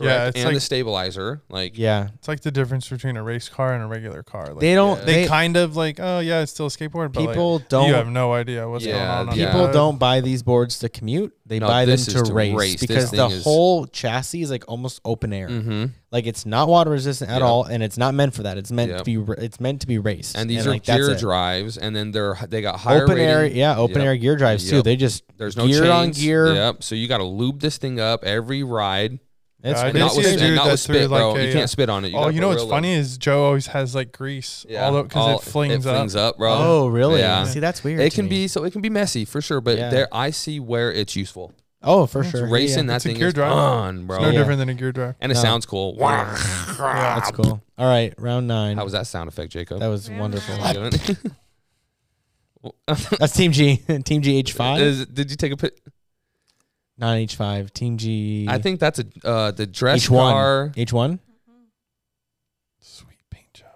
[SPEAKER 2] Yeah,
[SPEAKER 3] correct?
[SPEAKER 2] it's
[SPEAKER 3] and
[SPEAKER 2] like-
[SPEAKER 3] the stabilizer, like
[SPEAKER 1] yeah,
[SPEAKER 2] It's like the difference between a race car and a regular car. Like,
[SPEAKER 1] they don't.
[SPEAKER 3] yeah.
[SPEAKER 1] They,
[SPEAKER 2] they kind of like, oh yeah, it's still a skateboard, but like,
[SPEAKER 1] people don't.
[SPEAKER 2] you have no idea what's
[SPEAKER 3] Yeah,
[SPEAKER 2] going on. on.
[SPEAKER 3] yeah.
[SPEAKER 1] People
[SPEAKER 2] that.
[SPEAKER 1] don't buy these boards to commute. They
[SPEAKER 3] No,
[SPEAKER 1] buy them
[SPEAKER 3] this is
[SPEAKER 1] to
[SPEAKER 3] to
[SPEAKER 1] race,
[SPEAKER 3] race. This
[SPEAKER 1] because the
[SPEAKER 3] thing is-
[SPEAKER 1] whole chassis is like almost open air.
[SPEAKER 3] Mm-hmm.
[SPEAKER 1] Like it's not water resistant at
[SPEAKER 3] Yeah.
[SPEAKER 1] all, and it's not meant for that. It's meant
[SPEAKER 3] Yeah.
[SPEAKER 1] to be. ra- It's meant to be raced.
[SPEAKER 3] And these are
[SPEAKER 1] like, that's
[SPEAKER 3] gear
[SPEAKER 1] it.
[SPEAKER 3] drives, and then they're they got higher
[SPEAKER 1] Open
[SPEAKER 3] rating.
[SPEAKER 1] air, yeah, open
[SPEAKER 3] Yep.
[SPEAKER 1] air gear drives too.
[SPEAKER 3] Yep.
[SPEAKER 1] They just
[SPEAKER 3] There's no
[SPEAKER 1] gear
[SPEAKER 3] chains.
[SPEAKER 1] on gear.
[SPEAKER 3] Yep. So you got to lube this thing up every ride.
[SPEAKER 1] It's
[SPEAKER 2] I
[SPEAKER 1] crazy.
[SPEAKER 2] did
[SPEAKER 3] not
[SPEAKER 2] see
[SPEAKER 3] with,
[SPEAKER 2] a
[SPEAKER 3] and
[SPEAKER 2] dude
[SPEAKER 3] not
[SPEAKER 2] that
[SPEAKER 3] with
[SPEAKER 2] threw,
[SPEAKER 3] spit,
[SPEAKER 2] like,
[SPEAKER 3] bro.
[SPEAKER 2] a-
[SPEAKER 3] you can't spit on it.
[SPEAKER 2] oh,
[SPEAKER 3] gotta
[SPEAKER 2] you
[SPEAKER 3] put
[SPEAKER 2] know what's
[SPEAKER 3] real
[SPEAKER 2] funny is Joe always has like grease
[SPEAKER 3] Yeah.
[SPEAKER 2] all
[SPEAKER 3] All-
[SPEAKER 2] because it flings
[SPEAKER 3] it
[SPEAKER 2] up.
[SPEAKER 3] flings up, bro.
[SPEAKER 1] Oh, really?
[SPEAKER 3] Yeah.
[SPEAKER 1] See, that's weird.
[SPEAKER 3] it
[SPEAKER 1] to
[SPEAKER 3] can
[SPEAKER 1] me.
[SPEAKER 3] be so it can be messy for sure, but
[SPEAKER 1] Yeah.
[SPEAKER 3] there I see where it's useful.
[SPEAKER 1] Oh, for sure. Yeah,
[SPEAKER 3] Racing
[SPEAKER 1] yeah.
[SPEAKER 3] that
[SPEAKER 2] It's a
[SPEAKER 3] thing
[SPEAKER 2] gear
[SPEAKER 3] is
[SPEAKER 2] drive.
[SPEAKER 3] on, bro.
[SPEAKER 2] No
[SPEAKER 1] Yeah.
[SPEAKER 2] different than a gear drive.
[SPEAKER 3] And it
[SPEAKER 1] No.
[SPEAKER 3] sounds cool. How
[SPEAKER 1] That's cool. All right, round nine.
[SPEAKER 3] was that sound effect, Jacob?
[SPEAKER 1] That was
[SPEAKER 4] Round
[SPEAKER 1] wonderful.
[SPEAKER 4] nine.
[SPEAKER 3] You doing it?
[SPEAKER 1] That's Team G. Team G H five,
[SPEAKER 3] Is- did you take a pic?
[SPEAKER 1] not H five. Team G.
[SPEAKER 3] I think that's a uh, the dress
[SPEAKER 1] E. H one.
[SPEAKER 3] car.
[SPEAKER 1] H one.
[SPEAKER 4] Mm-hmm.
[SPEAKER 2] Sweet paint job.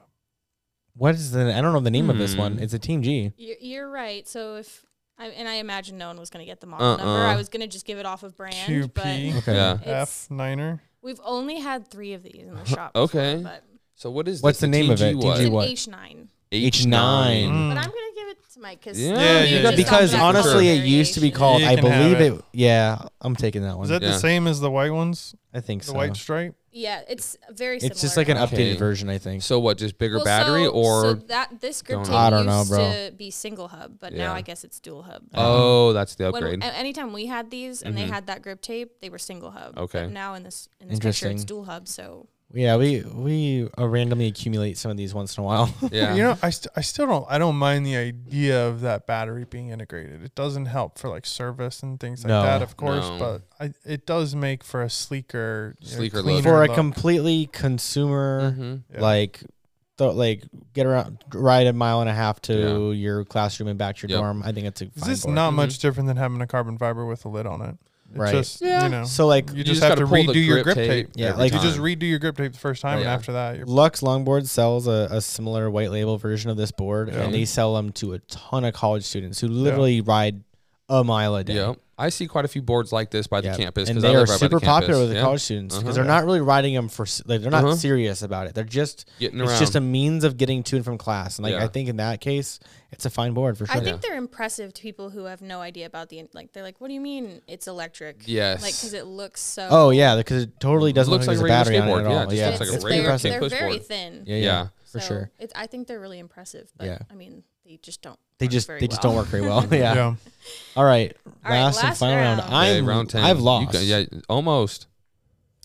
[SPEAKER 1] What is the? I don't know the name of this one.
[SPEAKER 3] Hmm.
[SPEAKER 1] It's a Team G.
[SPEAKER 4] You're, you're right. So if I, and I imagine no one was going to get the model number.
[SPEAKER 3] Uh-uh.
[SPEAKER 4] I was going to just give it off of brand,
[SPEAKER 2] QP.
[SPEAKER 4] but
[SPEAKER 1] Okay.
[SPEAKER 3] Yeah.
[SPEAKER 4] It's-
[SPEAKER 2] F niner.
[SPEAKER 4] we've only had three of these in the shop.
[SPEAKER 3] Okay.
[SPEAKER 4] before, So
[SPEAKER 3] So what is
[SPEAKER 1] What's
[SPEAKER 3] this?
[SPEAKER 1] the name of
[SPEAKER 3] TG
[SPEAKER 1] it?
[SPEAKER 3] was?
[SPEAKER 4] but it's
[SPEAKER 1] TG
[SPEAKER 4] an
[SPEAKER 1] what?
[SPEAKER 4] H9.
[SPEAKER 1] H9.
[SPEAKER 4] But
[SPEAKER 2] Mm.
[SPEAKER 4] I'm going to give it to Mike because
[SPEAKER 3] Hmm. Yeah, yeah, yeah.
[SPEAKER 1] Because
[SPEAKER 3] Yeah.
[SPEAKER 1] honestly, it used to be called.
[SPEAKER 2] You
[SPEAKER 1] I
[SPEAKER 2] can have
[SPEAKER 1] believe
[SPEAKER 2] it.
[SPEAKER 1] it. Yeah, I'm taking that one.
[SPEAKER 2] Is that
[SPEAKER 3] Yeah.
[SPEAKER 2] the same as the white ones?
[SPEAKER 1] I think
[SPEAKER 2] The
[SPEAKER 1] so.
[SPEAKER 2] white stripe?
[SPEAKER 4] Yeah, it's very similar.
[SPEAKER 1] It's just like an
[SPEAKER 3] Okay.
[SPEAKER 1] updated version, I think.
[SPEAKER 3] So what? Just bigger
[SPEAKER 4] Well,
[SPEAKER 3] battery
[SPEAKER 4] so-
[SPEAKER 3] or?
[SPEAKER 4] so that this grip
[SPEAKER 3] Don't
[SPEAKER 4] tape
[SPEAKER 3] know.
[SPEAKER 1] I don't know,
[SPEAKER 4] used
[SPEAKER 1] bro.
[SPEAKER 4] to be single hub, but
[SPEAKER 3] Yeah.
[SPEAKER 4] now I guess it's dual hub.
[SPEAKER 3] oh, that's the
[SPEAKER 4] When-
[SPEAKER 3] upgrade.
[SPEAKER 4] a- anytime we had these and
[SPEAKER 1] Mm-hmm.
[SPEAKER 3] Mhm.
[SPEAKER 4] they had that grip tape, they were single hub. But
[SPEAKER 3] Okay.
[SPEAKER 4] now in this in this picture, it's
[SPEAKER 1] Interesting.
[SPEAKER 4] dual hub. So
[SPEAKER 1] Yeah, we we uh, randomly accumulate some of these once in a while.
[SPEAKER 3] yeah.
[SPEAKER 2] You know, I, st- I still don't I don't mind the idea of that battery being integrated. It doesn't help for like service and things like
[SPEAKER 1] No.
[SPEAKER 2] that, of course,
[SPEAKER 3] No.
[SPEAKER 2] but I, it does make for a sleeker, you know,
[SPEAKER 3] Sleeker look.
[SPEAKER 2] cleaner
[SPEAKER 1] For a
[SPEAKER 2] look.
[SPEAKER 1] completely consumer
[SPEAKER 3] hmm
[SPEAKER 2] Mm-hmm. Yeah.
[SPEAKER 1] like th- like get around ride a mile and a half to
[SPEAKER 3] Yeah.
[SPEAKER 1] your classroom and back to your
[SPEAKER 3] Yep.
[SPEAKER 1] dorm. I think it's a
[SPEAKER 2] Is
[SPEAKER 1] fine
[SPEAKER 2] this
[SPEAKER 1] board.
[SPEAKER 2] not
[SPEAKER 3] Mhm.
[SPEAKER 2] much different than having a carbon fiber with a lid on it? It's
[SPEAKER 1] Right.
[SPEAKER 2] Just, You know,
[SPEAKER 1] so like
[SPEAKER 2] you, just, have to
[SPEAKER 3] gotta pull the
[SPEAKER 2] redo your grip tape.
[SPEAKER 1] Yeah,
[SPEAKER 3] every
[SPEAKER 1] like-
[SPEAKER 2] You just
[SPEAKER 3] time. Oh,
[SPEAKER 2] redo your grip tape the first time, and
[SPEAKER 3] Yeah.
[SPEAKER 2] after that, you're
[SPEAKER 1] Lux Longboard sells a, a similar white label version of this board
[SPEAKER 3] Yeah.
[SPEAKER 1] and they sell them to a ton of college students who literally ride a mile a day.
[SPEAKER 3] Yep. I see quite a few boards like this by
[SPEAKER 1] Yeah.
[SPEAKER 3] the campus
[SPEAKER 1] and
[SPEAKER 3] because
[SPEAKER 1] they are
[SPEAKER 3] I live right by
[SPEAKER 1] super
[SPEAKER 3] the
[SPEAKER 1] popular
[SPEAKER 3] campus.
[SPEAKER 1] with the
[SPEAKER 3] Yeah.
[SPEAKER 1] college students because
[SPEAKER 3] Uh-huh.
[SPEAKER 1] they're not really riding them for s- like they're not
[SPEAKER 3] Uh-huh.
[SPEAKER 1] serious about it. They're just
[SPEAKER 3] Getting around.
[SPEAKER 1] it's just a means of getting to and from class. And like
[SPEAKER 3] Yeah.
[SPEAKER 1] I think in that case, it's a fine board for sure.
[SPEAKER 4] I think they're impressive to people who have no idea about the like. They're like, "What do you mean it's electric?"
[SPEAKER 3] Yes.
[SPEAKER 4] like because it looks so.
[SPEAKER 1] Oh yeah, because it totally doesn't
[SPEAKER 3] Looks
[SPEAKER 1] look
[SPEAKER 3] like
[SPEAKER 1] like
[SPEAKER 3] a
[SPEAKER 1] there's a battery
[SPEAKER 3] regular
[SPEAKER 1] on it at
[SPEAKER 3] skateboard. Yeah,
[SPEAKER 1] all.
[SPEAKER 3] it just
[SPEAKER 1] Yeah,
[SPEAKER 3] looks like a
[SPEAKER 1] it's
[SPEAKER 4] it's
[SPEAKER 1] pretty
[SPEAKER 4] very,
[SPEAKER 3] regular
[SPEAKER 1] impressive.
[SPEAKER 4] they're
[SPEAKER 3] push
[SPEAKER 4] very
[SPEAKER 3] board.
[SPEAKER 4] thin.
[SPEAKER 1] Yeah, yeah,
[SPEAKER 3] Yeah.
[SPEAKER 1] for
[SPEAKER 4] So
[SPEAKER 1] sure.
[SPEAKER 4] It's, I think they're really impressive, but
[SPEAKER 1] Yeah.
[SPEAKER 4] I mean, they just don't.
[SPEAKER 1] They
[SPEAKER 4] work
[SPEAKER 1] just
[SPEAKER 4] very
[SPEAKER 1] they just
[SPEAKER 4] well.
[SPEAKER 1] don't work very well. yeah.
[SPEAKER 2] yeah.
[SPEAKER 1] All right,
[SPEAKER 4] All right,
[SPEAKER 1] last, and
[SPEAKER 4] last
[SPEAKER 1] final round.
[SPEAKER 4] round.
[SPEAKER 1] I'm
[SPEAKER 3] Okay, round ten.
[SPEAKER 1] I've
[SPEAKER 3] You
[SPEAKER 1] lost.
[SPEAKER 3] got- yeah, almost.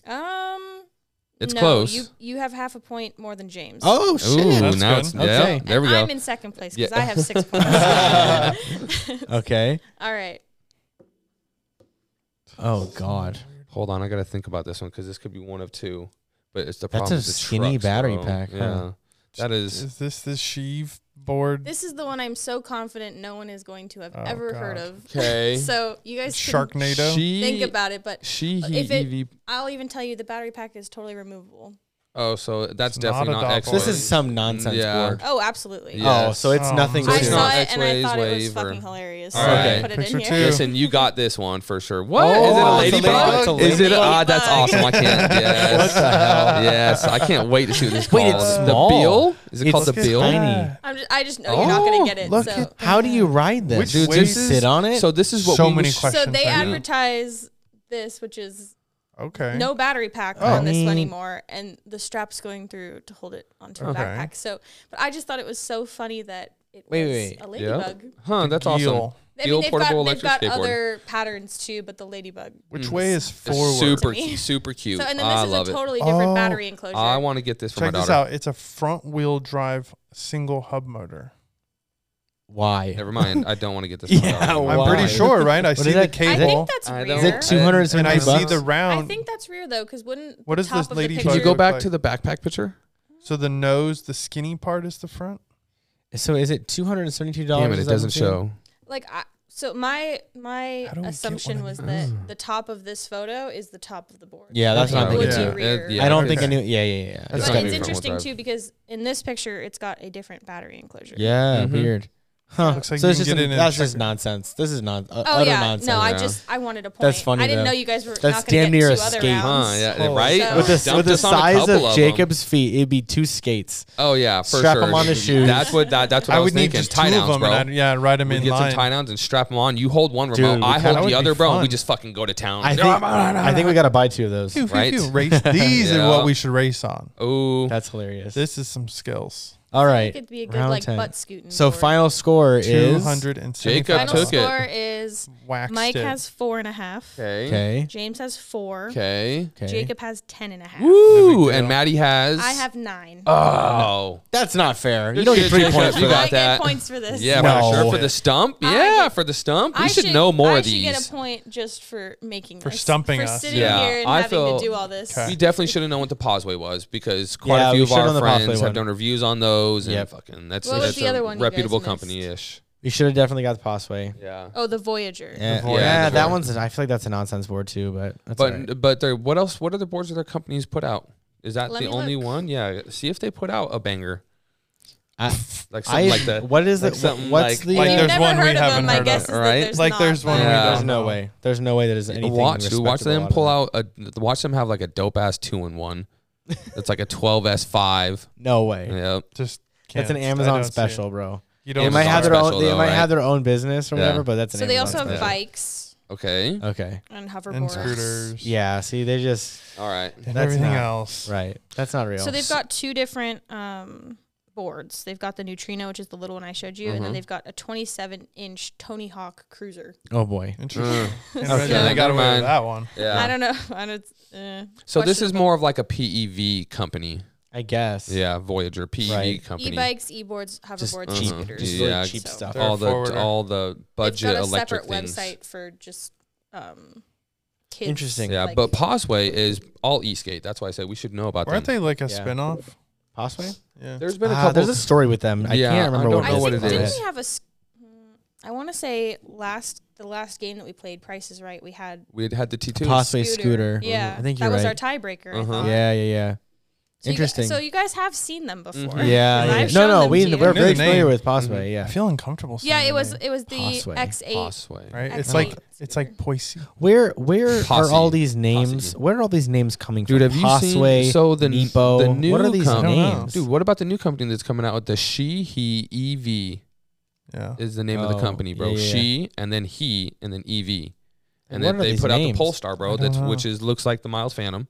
[SPEAKER 4] Um,
[SPEAKER 3] It's
[SPEAKER 4] no,
[SPEAKER 3] close.
[SPEAKER 4] You you have half a point more than James.
[SPEAKER 1] Oh
[SPEAKER 3] Ooh,
[SPEAKER 1] shit.
[SPEAKER 2] That's
[SPEAKER 3] now
[SPEAKER 2] good.
[SPEAKER 3] it's
[SPEAKER 1] Okay.
[SPEAKER 3] yeah. There we
[SPEAKER 4] And
[SPEAKER 3] go.
[SPEAKER 4] I'm in second place because
[SPEAKER 3] Yeah.
[SPEAKER 4] I have six points.
[SPEAKER 1] Okay.
[SPEAKER 4] All right.
[SPEAKER 1] Oh god.
[SPEAKER 3] Hold on, I gotta think about this one because this could be one of two. But it's the
[SPEAKER 1] That's
[SPEAKER 3] problem.
[SPEAKER 1] a
[SPEAKER 3] with the
[SPEAKER 1] skinny
[SPEAKER 3] trucks,
[SPEAKER 1] battery
[SPEAKER 3] bro.
[SPEAKER 1] pack, huh?
[SPEAKER 3] Yeah, that is.
[SPEAKER 2] Is this this sheave board?
[SPEAKER 4] This is the one I'm so confident no one is going to have
[SPEAKER 2] Oh,
[SPEAKER 4] ever
[SPEAKER 2] God.
[SPEAKER 4] heard of.
[SPEAKER 3] Okay.
[SPEAKER 4] so you guys can
[SPEAKER 2] Sharknado.
[SPEAKER 3] She,
[SPEAKER 4] think about it, but
[SPEAKER 3] she
[SPEAKER 4] if it-
[SPEAKER 3] EV.
[SPEAKER 4] I'll even tell you the battery pack is totally removable.
[SPEAKER 3] Oh, so that's
[SPEAKER 2] It's
[SPEAKER 3] definitely
[SPEAKER 2] not a
[SPEAKER 3] not, X.
[SPEAKER 2] doppel-
[SPEAKER 1] This is some nonsense
[SPEAKER 3] Yeah.
[SPEAKER 1] board.
[SPEAKER 4] Oh, absolutely.
[SPEAKER 3] Yeah.
[SPEAKER 1] Oh, so it's
[SPEAKER 2] Yes.
[SPEAKER 1] nothing.
[SPEAKER 3] So
[SPEAKER 4] I
[SPEAKER 3] it's
[SPEAKER 1] to-
[SPEAKER 4] saw
[SPEAKER 3] not
[SPEAKER 4] it and I
[SPEAKER 3] X-rays,
[SPEAKER 4] thought it was
[SPEAKER 3] wave, or-
[SPEAKER 4] fucking hilarious.
[SPEAKER 3] All
[SPEAKER 4] so
[SPEAKER 3] right.
[SPEAKER 4] I put it
[SPEAKER 2] Picture
[SPEAKER 4] in here.
[SPEAKER 2] two.
[SPEAKER 3] Listen, you got this one for sure. What is
[SPEAKER 1] Oh,
[SPEAKER 3] it? A
[SPEAKER 1] it's a
[SPEAKER 3] ladybug?
[SPEAKER 1] ladybug.
[SPEAKER 3] Is it? Ah, that's
[SPEAKER 4] Ladybug.
[SPEAKER 3] awesome. I can't. Yes.
[SPEAKER 1] What the hell?
[SPEAKER 3] Yes, I can't wait to see what this is
[SPEAKER 1] Wait,
[SPEAKER 3] called.
[SPEAKER 1] it's
[SPEAKER 3] the
[SPEAKER 1] small.
[SPEAKER 3] Beal? Is it
[SPEAKER 1] It's
[SPEAKER 3] called the
[SPEAKER 1] look at
[SPEAKER 3] Beal?
[SPEAKER 1] Tiny.
[SPEAKER 4] I'm just, I just know you're not gonna get it.
[SPEAKER 2] Oh, look
[SPEAKER 4] so.
[SPEAKER 2] at
[SPEAKER 1] How do you ride this?
[SPEAKER 2] Which
[SPEAKER 1] Dude,
[SPEAKER 2] way
[SPEAKER 1] do you
[SPEAKER 2] is-
[SPEAKER 1] sit on it?
[SPEAKER 3] So this is what
[SPEAKER 2] So
[SPEAKER 3] we
[SPEAKER 2] many
[SPEAKER 3] was-
[SPEAKER 2] questions.
[SPEAKER 4] so they
[SPEAKER 2] I know.
[SPEAKER 4] advertise this, which is
[SPEAKER 2] Okay.
[SPEAKER 4] no battery pack
[SPEAKER 2] Oh.
[SPEAKER 4] on this
[SPEAKER 1] Mm.
[SPEAKER 4] one anymore, and the strap's going through to hold it onto
[SPEAKER 2] Okay.
[SPEAKER 4] a backpack. So, but I just thought it was so funny that it
[SPEAKER 1] Wait,
[SPEAKER 4] was
[SPEAKER 1] wait,
[SPEAKER 4] a
[SPEAKER 3] Yeah.
[SPEAKER 4] ladybug.
[SPEAKER 3] Huh, that's awesome.
[SPEAKER 2] Deal.
[SPEAKER 4] I
[SPEAKER 3] Deal
[SPEAKER 4] mean, they've
[SPEAKER 3] portable
[SPEAKER 4] got,
[SPEAKER 3] electric
[SPEAKER 4] they've got
[SPEAKER 3] skateboard.
[SPEAKER 4] other patterns too, but the ladybug.
[SPEAKER 2] Which way is
[SPEAKER 3] It's
[SPEAKER 2] forward?
[SPEAKER 3] Hmm. super,
[SPEAKER 4] To me.
[SPEAKER 3] super cute.
[SPEAKER 4] So, and then
[SPEAKER 3] I
[SPEAKER 4] this
[SPEAKER 3] love
[SPEAKER 4] is a
[SPEAKER 3] it.
[SPEAKER 4] totally different
[SPEAKER 2] Oh.
[SPEAKER 4] battery enclosure.
[SPEAKER 3] I want to get this for
[SPEAKER 2] Check
[SPEAKER 3] my
[SPEAKER 2] this
[SPEAKER 3] daughter.
[SPEAKER 2] out. It's a front wheel drive single hub motor.
[SPEAKER 1] Why?
[SPEAKER 3] Never mind. I don't want to get this. For
[SPEAKER 1] Yeah,
[SPEAKER 3] my daughter.
[SPEAKER 1] Why?
[SPEAKER 2] I'm pretty sure, right? I
[SPEAKER 1] What
[SPEAKER 2] see
[SPEAKER 1] is
[SPEAKER 2] the
[SPEAKER 1] that-
[SPEAKER 4] I
[SPEAKER 2] cable
[SPEAKER 4] think that's
[SPEAKER 3] I
[SPEAKER 4] rear.
[SPEAKER 3] don't-
[SPEAKER 1] Is it two hundred and
[SPEAKER 2] and I
[SPEAKER 1] seventy
[SPEAKER 2] see
[SPEAKER 1] bucks?
[SPEAKER 2] the
[SPEAKER 4] I
[SPEAKER 2] round.
[SPEAKER 4] think that's rear though, because wouldn't
[SPEAKER 2] What
[SPEAKER 4] the
[SPEAKER 2] is
[SPEAKER 4] top
[SPEAKER 2] this
[SPEAKER 4] of
[SPEAKER 2] ladybug?
[SPEAKER 4] the
[SPEAKER 3] Can you
[SPEAKER 2] Sorry,
[SPEAKER 3] go
[SPEAKER 2] look
[SPEAKER 3] back
[SPEAKER 2] like-
[SPEAKER 3] to the backpack picture?
[SPEAKER 2] So the nose, the skinny part is the front.
[SPEAKER 1] so is it two hundred and seventy-two dollars?
[SPEAKER 3] Damn it! It doesn't show.
[SPEAKER 4] like I, so my my
[SPEAKER 2] How do we get
[SPEAKER 4] assumption
[SPEAKER 2] one
[SPEAKER 4] was
[SPEAKER 2] of Mm.
[SPEAKER 4] that the top of the photo is the top of the board.
[SPEAKER 1] Yeah, that's what I'm
[SPEAKER 3] Oh,
[SPEAKER 4] Would
[SPEAKER 1] thinking.
[SPEAKER 4] you
[SPEAKER 2] Yeah.
[SPEAKER 4] rear?
[SPEAKER 3] Yeah,
[SPEAKER 1] I don't
[SPEAKER 2] okay.
[SPEAKER 1] think I knew. Yeah, yeah, yeah.
[SPEAKER 3] That's
[SPEAKER 1] It's
[SPEAKER 3] gotta
[SPEAKER 4] but
[SPEAKER 1] gotta
[SPEAKER 4] it's
[SPEAKER 1] be
[SPEAKER 3] front-wheel
[SPEAKER 4] interesting
[SPEAKER 3] drive.
[SPEAKER 4] too because in this picture it's got a different battery enclosure.
[SPEAKER 1] Yeah,
[SPEAKER 3] Mhm.
[SPEAKER 1] weird. Huh.
[SPEAKER 2] Looks like
[SPEAKER 1] so
[SPEAKER 2] you
[SPEAKER 1] it's
[SPEAKER 2] can
[SPEAKER 1] just an-
[SPEAKER 2] get in and
[SPEAKER 1] that's
[SPEAKER 2] check
[SPEAKER 1] just
[SPEAKER 2] it.
[SPEAKER 1] nonsense. This is non uh,
[SPEAKER 4] Oh
[SPEAKER 1] utter
[SPEAKER 4] yeah,
[SPEAKER 1] nonsense.
[SPEAKER 4] no, I
[SPEAKER 3] Yeah.
[SPEAKER 4] just I wanted a point.
[SPEAKER 1] That's funny,
[SPEAKER 4] I didn't
[SPEAKER 1] though.
[SPEAKER 4] know you guys were
[SPEAKER 1] That's
[SPEAKER 4] not
[SPEAKER 1] damn
[SPEAKER 4] going to
[SPEAKER 1] near a
[SPEAKER 4] get two other
[SPEAKER 1] skate. Huh,
[SPEAKER 3] Huh?
[SPEAKER 4] rounds.
[SPEAKER 3] Yeah.
[SPEAKER 2] Oh.
[SPEAKER 3] Right.
[SPEAKER 4] So-
[SPEAKER 1] with the,
[SPEAKER 3] Dump
[SPEAKER 1] with the
[SPEAKER 3] this on a
[SPEAKER 1] size
[SPEAKER 3] couple
[SPEAKER 1] of,
[SPEAKER 3] them.
[SPEAKER 1] Jacob's feet, it'd be two skates.
[SPEAKER 3] Oh yeah, for
[SPEAKER 1] Strap
[SPEAKER 3] sure.
[SPEAKER 1] 'em on the shoes.
[SPEAKER 3] That's what that, that's what I,
[SPEAKER 2] I
[SPEAKER 3] was
[SPEAKER 2] would need
[SPEAKER 3] thinking.
[SPEAKER 2] just two
[SPEAKER 3] tie
[SPEAKER 2] of
[SPEAKER 3] downs,
[SPEAKER 2] them,
[SPEAKER 3] bro.
[SPEAKER 2] and I'd, yeah, ride them
[SPEAKER 3] we
[SPEAKER 2] in
[SPEAKER 3] get
[SPEAKER 2] line.
[SPEAKER 3] some tie downs and strap them on. You hold one
[SPEAKER 1] Dude,
[SPEAKER 3] remote.
[SPEAKER 1] we
[SPEAKER 3] I
[SPEAKER 1] kinda-
[SPEAKER 2] that
[SPEAKER 3] hold
[SPEAKER 2] would
[SPEAKER 3] the
[SPEAKER 2] be
[SPEAKER 3] other, bro. and We
[SPEAKER 2] fun.
[SPEAKER 3] just fucking go to town.
[SPEAKER 1] I think I think we gotta buy two of those.
[SPEAKER 2] Phew, phew,
[SPEAKER 3] Right.
[SPEAKER 2] phew. Race these are
[SPEAKER 3] Yeah.
[SPEAKER 2] what we should race on.
[SPEAKER 3] Oh,
[SPEAKER 1] That's hilarious.
[SPEAKER 2] This is some skills.
[SPEAKER 1] All
[SPEAKER 4] It
[SPEAKER 1] right,
[SPEAKER 4] could be a good
[SPEAKER 1] round
[SPEAKER 4] like
[SPEAKER 1] 10.
[SPEAKER 4] butt scooting.
[SPEAKER 1] So
[SPEAKER 4] board.
[SPEAKER 1] final score
[SPEAKER 2] Two
[SPEAKER 1] is
[SPEAKER 2] hundred and
[SPEAKER 3] Jacob
[SPEAKER 4] final
[SPEAKER 3] took it.
[SPEAKER 4] score is
[SPEAKER 2] Waxed
[SPEAKER 4] Mike
[SPEAKER 2] it.
[SPEAKER 4] has four and a half.
[SPEAKER 3] okay.
[SPEAKER 1] okay.
[SPEAKER 4] James has four.
[SPEAKER 3] Okay.
[SPEAKER 1] Okay.
[SPEAKER 4] Jacob has ten and a half.
[SPEAKER 3] Woo!
[SPEAKER 2] deal.
[SPEAKER 3] And Maddie has.
[SPEAKER 4] I have nine.
[SPEAKER 3] Oh.
[SPEAKER 1] That's not fair. You don't
[SPEAKER 3] shit,
[SPEAKER 1] get three
[SPEAKER 3] Jacob.
[SPEAKER 1] points
[SPEAKER 3] You
[SPEAKER 1] for that.
[SPEAKER 3] got
[SPEAKER 4] I
[SPEAKER 3] that.
[SPEAKER 4] get points for this.
[SPEAKER 3] Yeah,
[SPEAKER 1] No.
[SPEAKER 3] for sure. For the stump.
[SPEAKER 4] I
[SPEAKER 3] Yeah,
[SPEAKER 4] get-
[SPEAKER 3] for the stump.
[SPEAKER 4] I
[SPEAKER 3] We should, know more
[SPEAKER 4] I
[SPEAKER 3] of these.
[SPEAKER 4] should get a point just for making
[SPEAKER 2] For
[SPEAKER 4] this,
[SPEAKER 2] stumping
[SPEAKER 4] for
[SPEAKER 2] us.
[SPEAKER 4] sitting
[SPEAKER 3] Yeah.
[SPEAKER 4] here and
[SPEAKER 3] I
[SPEAKER 4] having
[SPEAKER 3] feel-
[SPEAKER 4] to do all this.
[SPEAKER 2] Okay.
[SPEAKER 3] We definitely should have known what the pauseway was because quite
[SPEAKER 1] Yeah,
[SPEAKER 3] a few
[SPEAKER 1] we
[SPEAKER 3] of
[SPEAKER 1] should've known
[SPEAKER 3] our
[SPEAKER 1] the Pauseway
[SPEAKER 3] friends
[SPEAKER 1] one.
[SPEAKER 3] have done reviews on those. Yeah,
[SPEAKER 1] Yep.
[SPEAKER 3] fucking that's,
[SPEAKER 4] What was
[SPEAKER 3] that's
[SPEAKER 4] the
[SPEAKER 3] a
[SPEAKER 4] other one you guys
[SPEAKER 3] reputable
[SPEAKER 4] missed?
[SPEAKER 3] company ish.
[SPEAKER 1] You should have definitely got the Passway.
[SPEAKER 3] Yeah.
[SPEAKER 4] Oh, the Voyager.
[SPEAKER 1] Yeah,
[SPEAKER 2] Voyager.
[SPEAKER 1] yeah,
[SPEAKER 3] Yeah,
[SPEAKER 1] that
[SPEAKER 3] the
[SPEAKER 1] one's. I feel like that's a nonsense board too, but that's
[SPEAKER 3] but
[SPEAKER 1] alright.
[SPEAKER 3] but there, what else? What other boards do their companies put out? Is that
[SPEAKER 4] Let
[SPEAKER 3] the
[SPEAKER 4] me
[SPEAKER 3] only
[SPEAKER 4] look.
[SPEAKER 3] one? Yeah. See if they put out a banger
[SPEAKER 1] I,
[SPEAKER 3] like
[SPEAKER 1] I,
[SPEAKER 3] something like that.
[SPEAKER 1] What is
[SPEAKER 3] like
[SPEAKER 1] it?
[SPEAKER 3] something
[SPEAKER 1] What's
[SPEAKER 3] like-
[SPEAKER 1] the?
[SPEAKER 2] Like
[SPEAKER 4] I've
[SPEAKER 2] there's
[SPEAKER 4] never
[SPEAKER 2] one we
[SPEAKER 4] heard of
[SPEAKER 2] haven't heard
[SPEAKER 4] them. My
[SPEAKER 2] of,
[SPEAKER 4] guess is
[SPEAKER 3] right?
[SPEAKER 4] that there's
[SPEAKER 2] Like
[SPEAKER 4] not
[SPEAKER 2] there's one we
[SPEAKER 4] much.
[SPEAKER 3] Yeah.
[SPEAKER 1] there's
[SPEAKER 2] don't
[SPEAKER 1] no
[SPEAKER 2] know.
[SPEAKER 1] way. There's no way that is anything.
[SPEAKER 3] watch dude, watch
[SPEAKER 1] respectable
[SPEAKER 3] them
[SPEAKER 1] out of
[SPEAKER 3] pull
[SPEAKER 1] that.
[SPEAKER 3] out a watch them have like a dope ass two in one. That's like a twelve S five.
[SPEAKER 1] No way.
[SPEAKER 3] Yeah.
[SPEAKER 2] Just
[SPEAKER 1] That's an
[SPEAKER 2] can't. I
[SPEAKER 1] Amazon
[SPEAKER 2] don't see it.
[SPEAKER 1] special, bro.
[SPEAKER 2] You
[SPEAKER 1] They
[SPEAKER 2] don't
[SPEAKER 1] might
[SPEAKER 3] Amazon
[SPEAKER 1] have their
[SPEAKER 3] special,
[SPEAKER 1] own. They
[SPEAKER 3] though,
[SPEAKER 1] might
[SPEAKER 3] right?
[SPEAKER 1] have their own business or
[SPEAKER 3] Yeah.
[SPEAKER 1] whatever, but that's an
[SPEAKER 4] So they also
[SPEAKER 1] Amazon
[SPEAKER 4] have
[SPEAKER 1] special.
[SPEAKER 4] bikes
[SPEAKER 3] Okay.
[SPEAKER 1] Okay.
[SPEAKER 4] and
[SPEAKER 2] and
[SPEAKER 4] hoverboards.
[SPEAKER 2] scooters.
[SPEAKER 1] Yeah. See, they just
[SPEAKER 3] All right.
[SPEAKER 2] And
[SPEAKER 1] That's
[SPEAKER 2] everything
[SPEAKER 1] not-
[SPEAKER 2] else.
[SPEAKER 1] right. That's not real.
[SPEAKER 4] So they've got two different um, boards. They've got the Neutrino, which is the little one I showed you, and
[SPEAKER 3] Mhm.
[SPEAKER 4] then they've got a 27-inch Tony Hawk Cruiser.
[SPEAKER 1] oh boy.
[SPEAKER 2] Interesting. And
[SPEAKER 3] Mm. Okay,
[SPEAKER 2] They got
[SPEAKER 3] never
[SPEAKER 2] away with
[SPEAKER 3] mind.
[SPEAKER 2] that one.
[SPEAKER 3] Yeah.
[SPEAKER 4] I don't know. I don't, uh,
[SPEAKER 3] so this is more of like a PEV company.
[SPEAKER 1] I guess.
[SPEAKER 3] Yeah, Voyager PEV
[SPEAKER 1] Right.
[SPEAKER 3] company.
[SPEAKER 4] e-bikes, e-boards,
[SPEAKER 1] Just
[SPEAKER 4] hoverboards,
[SPEAKER 1] cheap.
[SPEAKER 3] Mhm.
[SPEAKER 4] scooters.
[SPEAKER 1] Just really
[SPEAKER 3] Yeah,
[SPEAKER 1] cheap
[SPEAKER 4] so-
[SPEAKER 1] stuff.
[SPEAKER 2] They're
[SPEAKER 3] all the
[SPEAKER 2] forwarder.
[SPEAKER 3] all the
[SPEAKER 4] They've
[SPEAKER 3] budget
[SPEAKER 4] got a
[SPEAKER 3] electric
[SPEAKER 4] separate
[SPEAKER 3] things.
[SPEAKER 4] website for just um, kids.
[SPEAKER 1] Interesting.
[SPEAKER 3] Yeah,
[SPEAKER 4] like-
[SPEAKER 3] but Pauseway is all Eastgate. That's why I said we should know about
[SPEAKER 2] Weren't
[SPEAKER 3] them.
[SPEAKER 2] they like a
[SPEAKER 1] Yeah.
[SPEAKER 2] spinoff?
[SPEAKER 1] Possibly.
[SPEAKER 2] Yeah.
[SPEAKER 3] There's been a
[SPEAKER 1] Ah,
[SPEAKER 3] couple.
[SPEAKER 1] there's a story with them. I
[SPEAKER 3] Yeah,
[SPEAKER 1] can't remember
[SPEAKER 3] I don't
[SPEAKER 1] what,
[SPEAKER 4] I
[SPEAKER 3] know
[SPEAKER 4] think
[SPEAKER 3] what it
[SPEAKER 4] didn't
[SPEAKER 3] is.
[SPEAKER 4] we have a? s- mm, I want to say last the last game that we played, Price is Right. We had
[SPEAKER 3] we had had the T two.
[SPEAKER 1] Possibly scooter.
[SPEAKER 4] Yeah,
[SPEAKER 1] I think
[SPEAKER 4] that
[SPEAKER 1] you're
[SPEAKER 4] was our
[SPEAKER 1] right.
[SPEAKER 4] tiebreaker. I
[SPEAKER 3] Uh-huh.
[SPEAKER 4] thought.
[SPEAKER 1] Yeah, yeah, yeah.
[SPEAKER 4] So you gu-
[SPEAKER 1] Interesting.
[SPEAKER 4] so you guys have seen them before.
[SPEAKER 3] Mhm.
[SPEAKER 1] Yeah,
[SPEAKER 2] Mm-hmm.
[SPEAKER 4] 'Cause I've
[SPEAKER 1] yeah.
[SPEAKER 4] shown
[SPEAKER 1] No, no,
[SPEAKER 4] them
[SPEAKER 1] we
[SPEAKER 4] to you.
[SPEAKER 1] we're very
[SPEAKER 2] Knew the
[SPEAKER 1] familiar
[SPEAKER 2] name.
[SPEAKER 1] with Passway.
[SPEAKER 2] I
[SPEAKER 3] Mm-hmm.
[SPEAKER 1] Yeah.
[SPEAKER 2] feel uncomfortable. saying
[SPEAKER 4] Yeah,
[SPEAKER 2] the
[SPEAKER 4] it was
[SPEAKER 2] name,
[SPEAKER 4] it was the
[SPEAKER 1] Passway.
[SPEAKER 4] X8.
[SPEAKER 3] Pauseway.
[SPEAKER 2] Right? It's
[SPEAKER 4] X8
[SPEAKER 2] like it's
[SPEAKER 4] scooter.
[SPEAKER 2] like Poissy.
[SPEAKER 1] Where where
[SPEAKER 3] Posse.
[SPEAKER 1] are all these names?
[SPEAKER 3] Posse.
[SPEAKER 1] Where are all these names coming
[SPEAKER 3] Dude,
[SPEAKER 1] from?
[SPEAKER 3] have you
[SPEAKER 1] Passway,
[SPEAKER 3] seen so the
[SPEAKER 1] Meepo.
[SPEAKER 3] the new
[SPEAKER 1] what are these
[SPEAKER 3] com-
[SPEAKER 2] I don't know.
[SPEAKER 1] names?
[SPEAKER 3] Dude, what about the new company that's coming out with the she he EV
[SPEAKER 2] Yeah.
[SPEAKER 3] is the name of the
[SPEAKER 1] Oh,
[SPEAKER 3] company, bro.
[SPEAKER 1] yeah, yeah.
[SPEAKER 3] She and then he and then EV. And
[SPEAKER 1] What
[SPEAKER 3] then
[SPEAKER 1] are
[SPEAKER 3] they
[SPEAKER 1] these
[SPEAKER 3] put out the
[SPEAKER 1] names?
[SPEAKER 3] Polestar,
[SPEAKER 2] I
[SPEAKER 3] bro,
[SPEAKER 2] don't
[SPEAKER 3] that's
[SPEAKER 2] know.
[SPEAKER 3] which is looks like the Miles Phantom.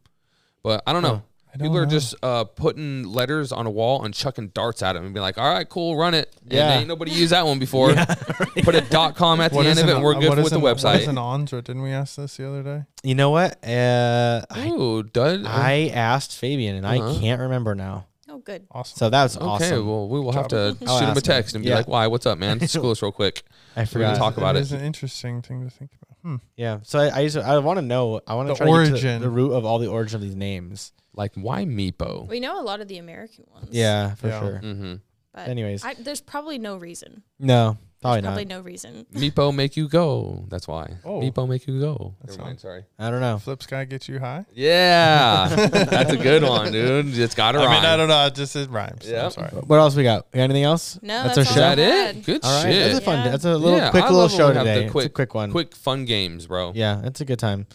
[SPEAKER 3] But I don't
[SPEAKER 1] Huh.
[SPEAKER 3] know.
[SPEAKER 2] I don't
[SPEAKER 3] People are
[SPEAKER 2] know.
[SPEAKER 3] just uh, putting letters on a wall and chucking darts at them and be like, "All right, cool, run it." And
[SPEAKER 1] Yeah.
[SPEAKER 3] ain't nobody used that one before. Put a dot com at the
[SPEAKER 2] What
[SPEAKER 3] end of
[SPEAKER 2] is an-
[SPEAKER 3] it, and we're
[SPEAKER 2] uh,
[SPEAKER 3] good
[SPEAKER 2] what
[SPEAKER 3] with
[SPEAKER 2] is
[SPEAKER 3] the
[SPEAKER 2] an- What is
[SPEAKER 3] website.
[SPEAKER 2] an Andra? Didn't we ask this the other day?
[SPEAKER 1] You know what? Uh, I,
[SPEAKER 3] Ooh, dud-
[SPEAKER 1] I asked Fabian and
[SPEAKER 3] Uh-huh.
[SPEAKER 1] I can't remember now.
[SPEAKER 4] Oh, good.
[SPEAKER 3] uh,
[SPEAKER 2] Awesome. Oh,
[SPEAKER 1] So that was
[SPEAKER 3] okay,
[SPEAKER 1] awesome.
[SPEAKER 3] well, we will have to
[SPEAKER 1] I'll
[SPEAKER 3] shoot him
[SPEAKER 1] ask
[SPEAKER 3] a
[SPEAKER 1] him.
[SPEAKER 3] text and be
[SPEAKER 1] Yeah.
[SPEAKER 3] like, "Why? What's up, man? School us real quick."
[SPEAKER 1] I
[SPEAKER 3] we
[SPEAKER 1] forgot.
[SPEAKER 3] can talk about
[SPEAKER 2] it.
[SPEAKER 3] it.
[SPEAKER 2] It is an interesting thing to think about. Hmm.
[SPEAKER 1] Yeah. So I, I just I want to know. I want
[SPEAKER 2] The
[SPEAKER 1] to try to get to
[SPEAKER 2] origin.
[SPEAKER 1] the root of all the origin of these names.
[SPEAKER 3] Like, why Meepo?
[SPEAKER 4] We know a lot of the American ones.
[SPEAKER 1] Yeah, for
[SPEAKER 2] Yeah.
[SPEAKER 1] sure.
[SPEAKER 3] Mm-hmm.
[SPEAKER 4] But
[SPEAKER 1] Anyways,
[SPEAKER 4] I, Uh, there's probably no reason.
[SPEAKER 1] no, Probably not.
[SPEAKER 4] Probably no reason.
[SPEAKER 3] Meepo make you go. That's why.
[SPEAKER 2] Oh.
[SPEAKER 3] Meepo make you go.
[SPEAKER 2] That
[SPEAKER 3] Never mind, sorry.
[SPEAKER 1] I don't know.
[SPEAKER 2] Flip sky gets you high.
[SPEAKER 3] Yeah, that's a good one, dude. It's got to
[SPEAKER 2] I
[SPEAKER 3] rhyme.
[SPEAKER 2] mean, I don't know. It just it rhymes.
[SPEAKER 3] Yep.
[SPEAKER 2] I'm sorry.
[SPEAKER 1] What else we got? We got anything else?
[SPEAKER 4] No,
[SPEAKER 1] that's,
[SPEAKER 4] that's
[SPEAKER 1] our show.
[SPEAKER 4] all I
[SPEAKER 3] Is that
[SPEAKER 4] Bad.
[SPEAKER 3] it? Good
[SPEAKER 1] All right,
[SPEAKER 3] shit.
[SPEAKER 1] that's a fun.
[SPEAKER 4] Yeah.
[SPEAKER 1] That's a little
[SPEAKER 3] Yeah,
[SPEAKER 1] quick
[SPEAKER 3] I
[SPEAKER 1] little
[SPEAKER 3] love when
[SPEAKER 1] show
[SPEAKER 3] we have the
[SPEAKER 1] today. it's a
[SPEAKER 3] quick-
[SPEAKER 1] quick one.
[SPEAKER 3] Quick fun games, bro.
[SPEAKER 1] Yeah, it's a good time.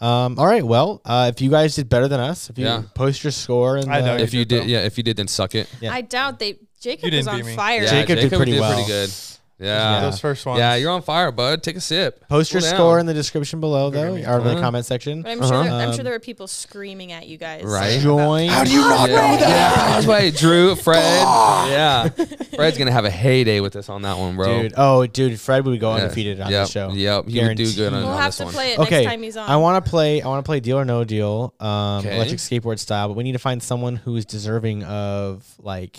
[SPEAKER 1] Um, all right. Well, uh, if you guys did better than us, if you
[SPEAKER 3] Yeah.
[SPEAKER 1] post your score and
[SPEAKER 2] I know
[SPEAKER 3] If you
[SPEAKER 2] did,
[SPEAKER 3] did, yeah. If you did, then suck it.
[SPEAKER 1] Yeah.
[SPEAKER 4] I doubt they. Jacob
[SPEAKER 2] didn't
[SPEAKER 4] was on
[SPEAKER 2] beat me.
[SPEAKER 4] fire.
[SPEAKER 3] Yeah,
[SPEAKER 1] Jacob did pretty well.
[SPEAKER 3] good. Yeah.
[SPEAKER 2] Those first
[SPEAKER 3] Uh, Yeah.
[SPEAKER 2] ones.
[SPEAKER 3] you're on fire, bud. Take a sip.
[SPEAKER 1] post your
[SPEAKER 3] Cool down.
[SPEAKER 1] score in the description below, though,
[SPEAKER 2] gonna be
[SPEAKER 1] or in the
[SPEAKER 3] fun.
[SPEAKER 1] comment section.
[SPEAKER 4] But I'm
[SPEAKER 2] Uh-huh.
[SPEAKER 4] sure, there, I'm
[SPEAKER 1] Um,
[SPEAKER 4] sure there were people screaming at you guys.
[SPEAKER 3] Right.
[SPEAKER 1] Join.
[SPEAKER 3] do you not know that? Yeah, that's why Drew, Fred. yeah, Fred's gonna have a heyday with us on that one, bro.
[SPEAKER 1] Dude, oh, dude, Fred would go
[SPEAKER 3] Yeah.
[SPEAKER 1] undefeated on
[SPEAKER 3] yep.
[SPEAKER 1] this show.
[SPEAKER 3] Yep, he would do good
[SPEAKER 1] Guaranteed.
[SPEAKER 3] on,
[SPEAKER 4] We'll
[SPEAKER 3] on
[SPEAKER 4] have
[SPEAKER 3] this
[SPEAKER 4] to
[SPEAKER 3] one.
[SPEAKER 4] play it
[SPEAKER 1] Okay,
[SPEAKER 4] next time he's on.
[SPEAKER 1] I want to play. I want to play Deal or No Deal, um,
[SPEAKER 3] Okay.
[SPEAKER 1] electric skateboard style. But we need to find someone who is deserving of like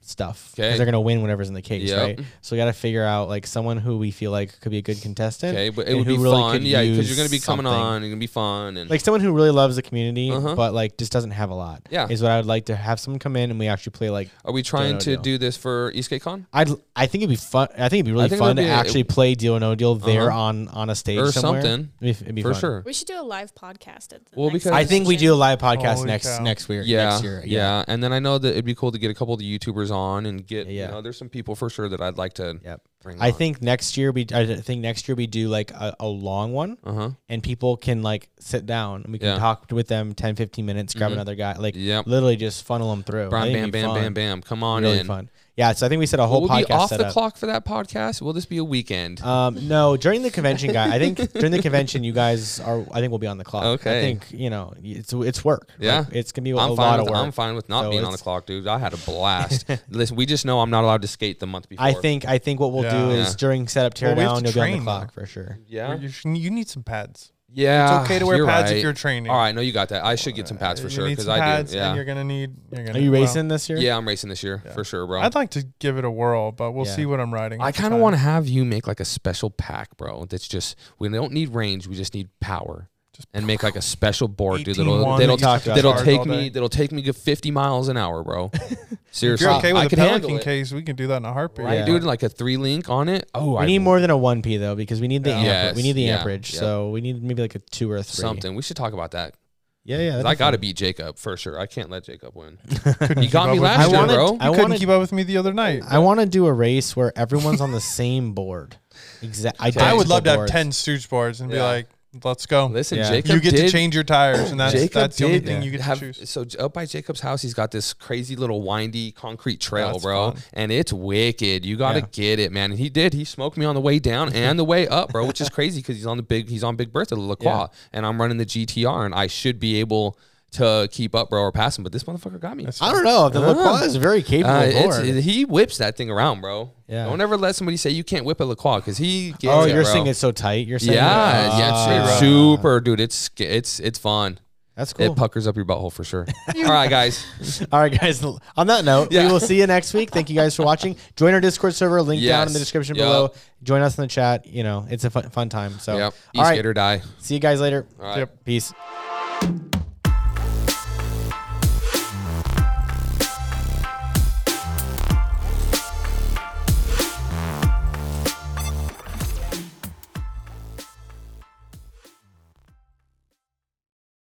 [SPEAKER 1] stuff because
[SPEAKER 3] Okay.
[SPEAKER 1] they're gonna win whatever's in the case,
[SPEAKER 3] Yep.
[SPEAKER 1] right? So we got to figure out like someone who we feel like could be a good contestant.
[SPEAKER 3] Okay, but it
[SPEAKER 1] and
[SPEAKER 3] would
[SPEAKER 1] who
[SPEAKER 3] be
[SPEAKER 1] really
[SPEAKER 3] fun.
[SPEAKER 1] could
[SPEAKER 3] Yeah, because
[SPEAKER 1] use
[SPEAKER 3] you're gonna be
[SPEAKER 1] something.
[SPEAKER 3] coming on. You're gonna be fun and
[SPEAKER 1] like someone who really loves the community,
[SPEAKER 3] Uh-huh.
[SPEAKER 1] but like just doesn't have a lot.
[SPEAKER 3] Yeah.
[SPEAKER 1] is what I would like to have someone come in and we actually play. Like,
[SPEAKER 3] Are we trying
[SPEAKER 1] no
[SPEAKER 3] to
[SPEAKER 1] deal.
[SPEAKER 3] do this for Eastgate Con
[SPEAKER 1] I'd I think it'd be fun. I think it'd be really
[SPEAKER 3] think it
[SPEAKER 1] fun to
[SPEAKER 3] would be-
[SPEAKER 1] actually play Deal or No Deal there
[SPEAKER 3] Uh-huh.
[SPEAKER 1] on on a stage
[SPEAKER 3] or
[SPEAKER 1] somewhere.
[SPEAKER 3] something?
[SPEAKER 1] It'd be, it'd be
[SPEAKER 3] For
[SPEAKER 1] fun.
[SPEAKER 3] sure.
[SPEAKER 4] we should do a live podcast at the
[SPEAKER 3] Well,
[SPEAKER 4] next
[SPEAKER 3] because-
[SPEAKER 1] I think we
[SPEAKER 4] session.
[SPEAKER 1] do a live podcast
[SPEAKER 2] Holy
[SPEAKER 1] next
[SPEAKER 2] cow.
[SPEAKER 1] next year.
[SPEAKER 3] Yeah,
[SPEAKER 1] next year.
[SPEAKER 3] yeah, and then I know that it'd be cool to get a couple of the YouTubers on and get.
[SPEAKER 1] Yeah.
[SPEAKER 3] You know, there's some people for sure that I'd like to
[SPEAKER 1] Yep.
[SPEAKER 3] bring.
[SPEAKER 1] I think next year we I think next year we do like a, a long one
[SPEAKER 3] Uh huh.
[SPEAKER 1] and people can like sit down and we can
[SPEAKER 3] Yeah. Mm-hmm.
[SPEAKER 1] talk with them 10 15 minutes grab another guy like
[SPEAKER 3] Yep.
[SPEAKER 1] literally just funnel them through. I
[SPEAKER 3] Bam,
[SPEAKER 1] think
[SPEAKER 3] bam,
[SPEAKER 1] it'd be
[SPEAKER 3] bam,
[SPEAKER 1] fun.
[SPEAKER 3] bam, bam. Come on
[SPEAKER 1] Really
[SPEAKER 3] in.
[SPEAKER 1] fun. Yeah, so I think we set a whole
[SPEAKER 3] we'll
[SPEAKER 1] podcast
[SPEAKER 3] be off
[SPEAKER 1] set
[SPEAKER 3] the
[SPEAKER 1] up.
[SPEAKER 3] clock for that podcast. Will this be a weekend?
[SPEAKER 1] Um, no, during the convention, guy. I think during the convention, you guys are. I think we'll be on the clock. I
[SPEAKER 3] Okay.
[SPEAKER 1] think you know it's it's work.
[SPEAKER 3] Yeah.
[SPEAKER 1] Like, it's gonna be a
[SPEAKER 3] I'm fine.
[SPEAKER 1] lot
[SPEAKER 3] With,
[SPEAKER 1] of work.
[SPEAKER 3] I'm fine with not
[SPEAKER 1] So
[SPEAKER 3] being on the
[SPEAKER 1] it's-
[SPEAKER 3] clock, dude. I had a blast. Listen, we just know I'm not allowed to skate the month before.
[SPEAKER 1] I think I think what we'll
[SPEAKER 2] Yeah.
[SPEAKER 1] do is
[SPEAKER 3] Yeah.
[SPEAKER 1] during setup
[SPEAKER 2] Well,
[SPEAKER 1] teardown,
[SPEAKER 2] we have to
[SPEAKER 1] you'll be on
[SPEAKER 2] train,
[SPEAKER 1] the clock
[SPEAKER 2] though.
[SPEAKER 1] for sure.
[SPEAKER 3] Yeah.
[SPEAKER 2] You, sh- you need some pads. It's
[SPEAKER 3] Yeah.
[SPEAKER 2] okay to wear pads
[SPEAKER 3] Ah, right.
[SPEAKER 2] if you're training. Uh,
[SPEAKER 3] All right. No, you got that. I should get some pads for
[SPEAKER 2] You
[SPEAKER 3] sure
[SPEAKER 2] need
[SPEAKER 3] because
[SPEAKER 2] some
[SPEAKER 3] I
[SPEAKER 2] pads,
[SPEAKER 3] do. Yeah.
[SPEAKER 2] And you're gonna need. You're gonna,
[SPEAKER 1] Are you
[SPEAKER 2] well,
[SPEAKER 1] racing this year?
[SPEAKER 3] Yeah, I'm racing this year for sure, bro.
[SPEAKER 2] I'd like to give it a whirl, but we'll
[SPEAKER 1] Yeah.
[SPEAKER 2] see what I'm riding.
[SPEAKER 3] I kind of want to have you make like a special pack, bro. That's just we don't need range, we just need power.
[SPEAKER 2] Just
[SPEAKER 3] and make like a special board, dude.
[SPEAKER 2] 18
[SPEAKER 3] That'll
[SPEAKER 2] one
[SPEAKER 3] that'll,
[SPEAKER 1] that you
[SPEAKER 3] that'll,
[SPEAKER 1] can
[SPEAKER 2] charge
[SPEAKER 3] take
[SPEAKER 2] all
[SPEAKER 3] me
[SPEAKER 2] day.
[SPEAKER 3] that'll take me good 50 miles an hour, bro.
[SPEAKER 2] If
[SPEAKER 3] Seriously,
[SPEAKER 2] you're okay
[SPEAKER 3] I
[SPEAKER 2] with a
[SPEAKER 3] can handle
[SPEAKER 2] pelican
[SPEAKER 3] it.
[SPEAKER 2] case, we can do that in a heartbeat.
[SPEAKER 3] Right, dude, like a three link on it. Oh,
[SPEAKER 1] We
[SPEAKER 3] I
[SPEAKER 1] need more than a one p though because we need the
[SPEAKER 2] Yeah.
[SPEAKER 1] amper- we
[SPEAKER 3] Yes,
[SPEAKER 1] need the
[SPEAKER 3] yeah,
[SPEAKER 1] amperage.
[SPEAKER 3] yeah.
[SPEAKER 1] So we need maybe like a two or a three.
[SPEAKER 3] something. We should talk about that.
[SPEAKER 1] Yeah, yeah.
[SPEAKER 3] 'Cause
[SPEAKER 1] that'd
[SPEAKER 3] I
[SPEAKER 1] be
[SPEAKER 3] got to
[SPEAKER 1] fun.
[SPEAKER 3] beat Jacob for sure. I can't let Jacob win.
[SPEAKER 2] Couldn't
[SPEAKER 3] He
[SPEAKER 2] keep
[SPEAKER 3] got
[SPEAKER 2] up
[SPEAKER 3] me
[SPEAKER 2] with
[SPEAKER 3] last
[SPEAKER 1] I
[SPEAKER 3] year,
[SPEAKER 1] wanted-
[SPEAKER 3] bro.
[SPEAKER 1] I
[SPEAKER 2] You couldn't
[SPEAKER 1] wanted-
[SPEAKER 2] keep up with me the other night.
[SPEAKER 1] I want to do a race where everyone's on the same board. Exactly.
[SPEAKER 3] I
[SPEAKER 2] I would love to have
[SPEAKER 1] boards.
[SPEAKER 2] ten Stooge boards and be
[SPEAKER 3] Yeah.
[SPEAKER 2] like, "Let's go."
[SPEAKER 3] Listen,
[SPEAKER 1] Yeah.
[SPEAKER 3] Jacob
[SPEAKER 2] you get
[SPEAKER 3] did,
[SPEAKER 2] to change your tires, and that's
[SPEAKER 3] Jacob
[SPEAKER 2] that's the only
[SPEAKER 3] did
[SPEAKER 2] thing you get to
[SPEAKER 3] have,
[SPEAKER 2] choose.
[SPEAKER 3] So j- up by Jacob's house, he's got this crazy little windy concrete trail,
[SPEAKER 2] That's
[SPEAKER 3] bro,
[SPEAKER 2] fun.
[SPEAKER 3] and it's wicked. You got to
[SPEAKER 1] Yeah.
[SPEAKER 3] get it, man. And he did. He smoked me on the way down and the way up, bro, which is crazy because he's on the big. He's on Big Bertha La Croix, and I'm running the GTR, and I should be able to keep up, bro, or pass him. But this motherfucker got me.
[SPEAKER 1] I don't know. The
[SPEAKER 3] Uh,
[SPEAKER 1] Lacroix is a very capable
[SPEAKER 3] Uh, it's,
[SPEAKER 1] board.
[SPEAKER 3] he whips that thing around, bro.
[SPEAKER 1] Yeah.
[SPEAKER 3] Don't ever let somebody say you can't whip a LaCroix because he gets
[SPEAKER 1] oh,
[SPEAKER 3] it,
[SPEAKER 1] you're
[SPEAKER 3] bro.
[SPEAKER 1] saying it's so tight. You're saying
[SPEAKER 3] Yeah,
[SPEAKER 1] that?
[SPEAKER 3] yeah, it's, it's
[SPEAKER 1] Ah,
[SPEAKER 3] super, dude. It's it's it's fun.
[SPEAKER 1] That's cool.
[SPEAKER 3] It puckers up your butthole for sure. All right, guys.
[SPEAKER 1] All right, guys. On that note,
[SPEAKER 3] Yeah.
[SPEAKER 1] we will see you next week. Thank you guys for watching. Join our Discord server. Link down in the
[SPEAKER 3] Yes.
[SPEAKER 1] description
[SPEAKER 3] Yup.
[SPEAKER 1] below. Join us in the chat. You know, it's a fun, fun time. So,
[SPEAKER 3] Yep. East
[SPEAKER 1] all right.
[SPEAKER 3] get or die.
[SPEAKER 1] See you guys later.
[SPEAKER 3] All right.
[SPEAKER 2] Yep.
[SPEAKER 1] Peace.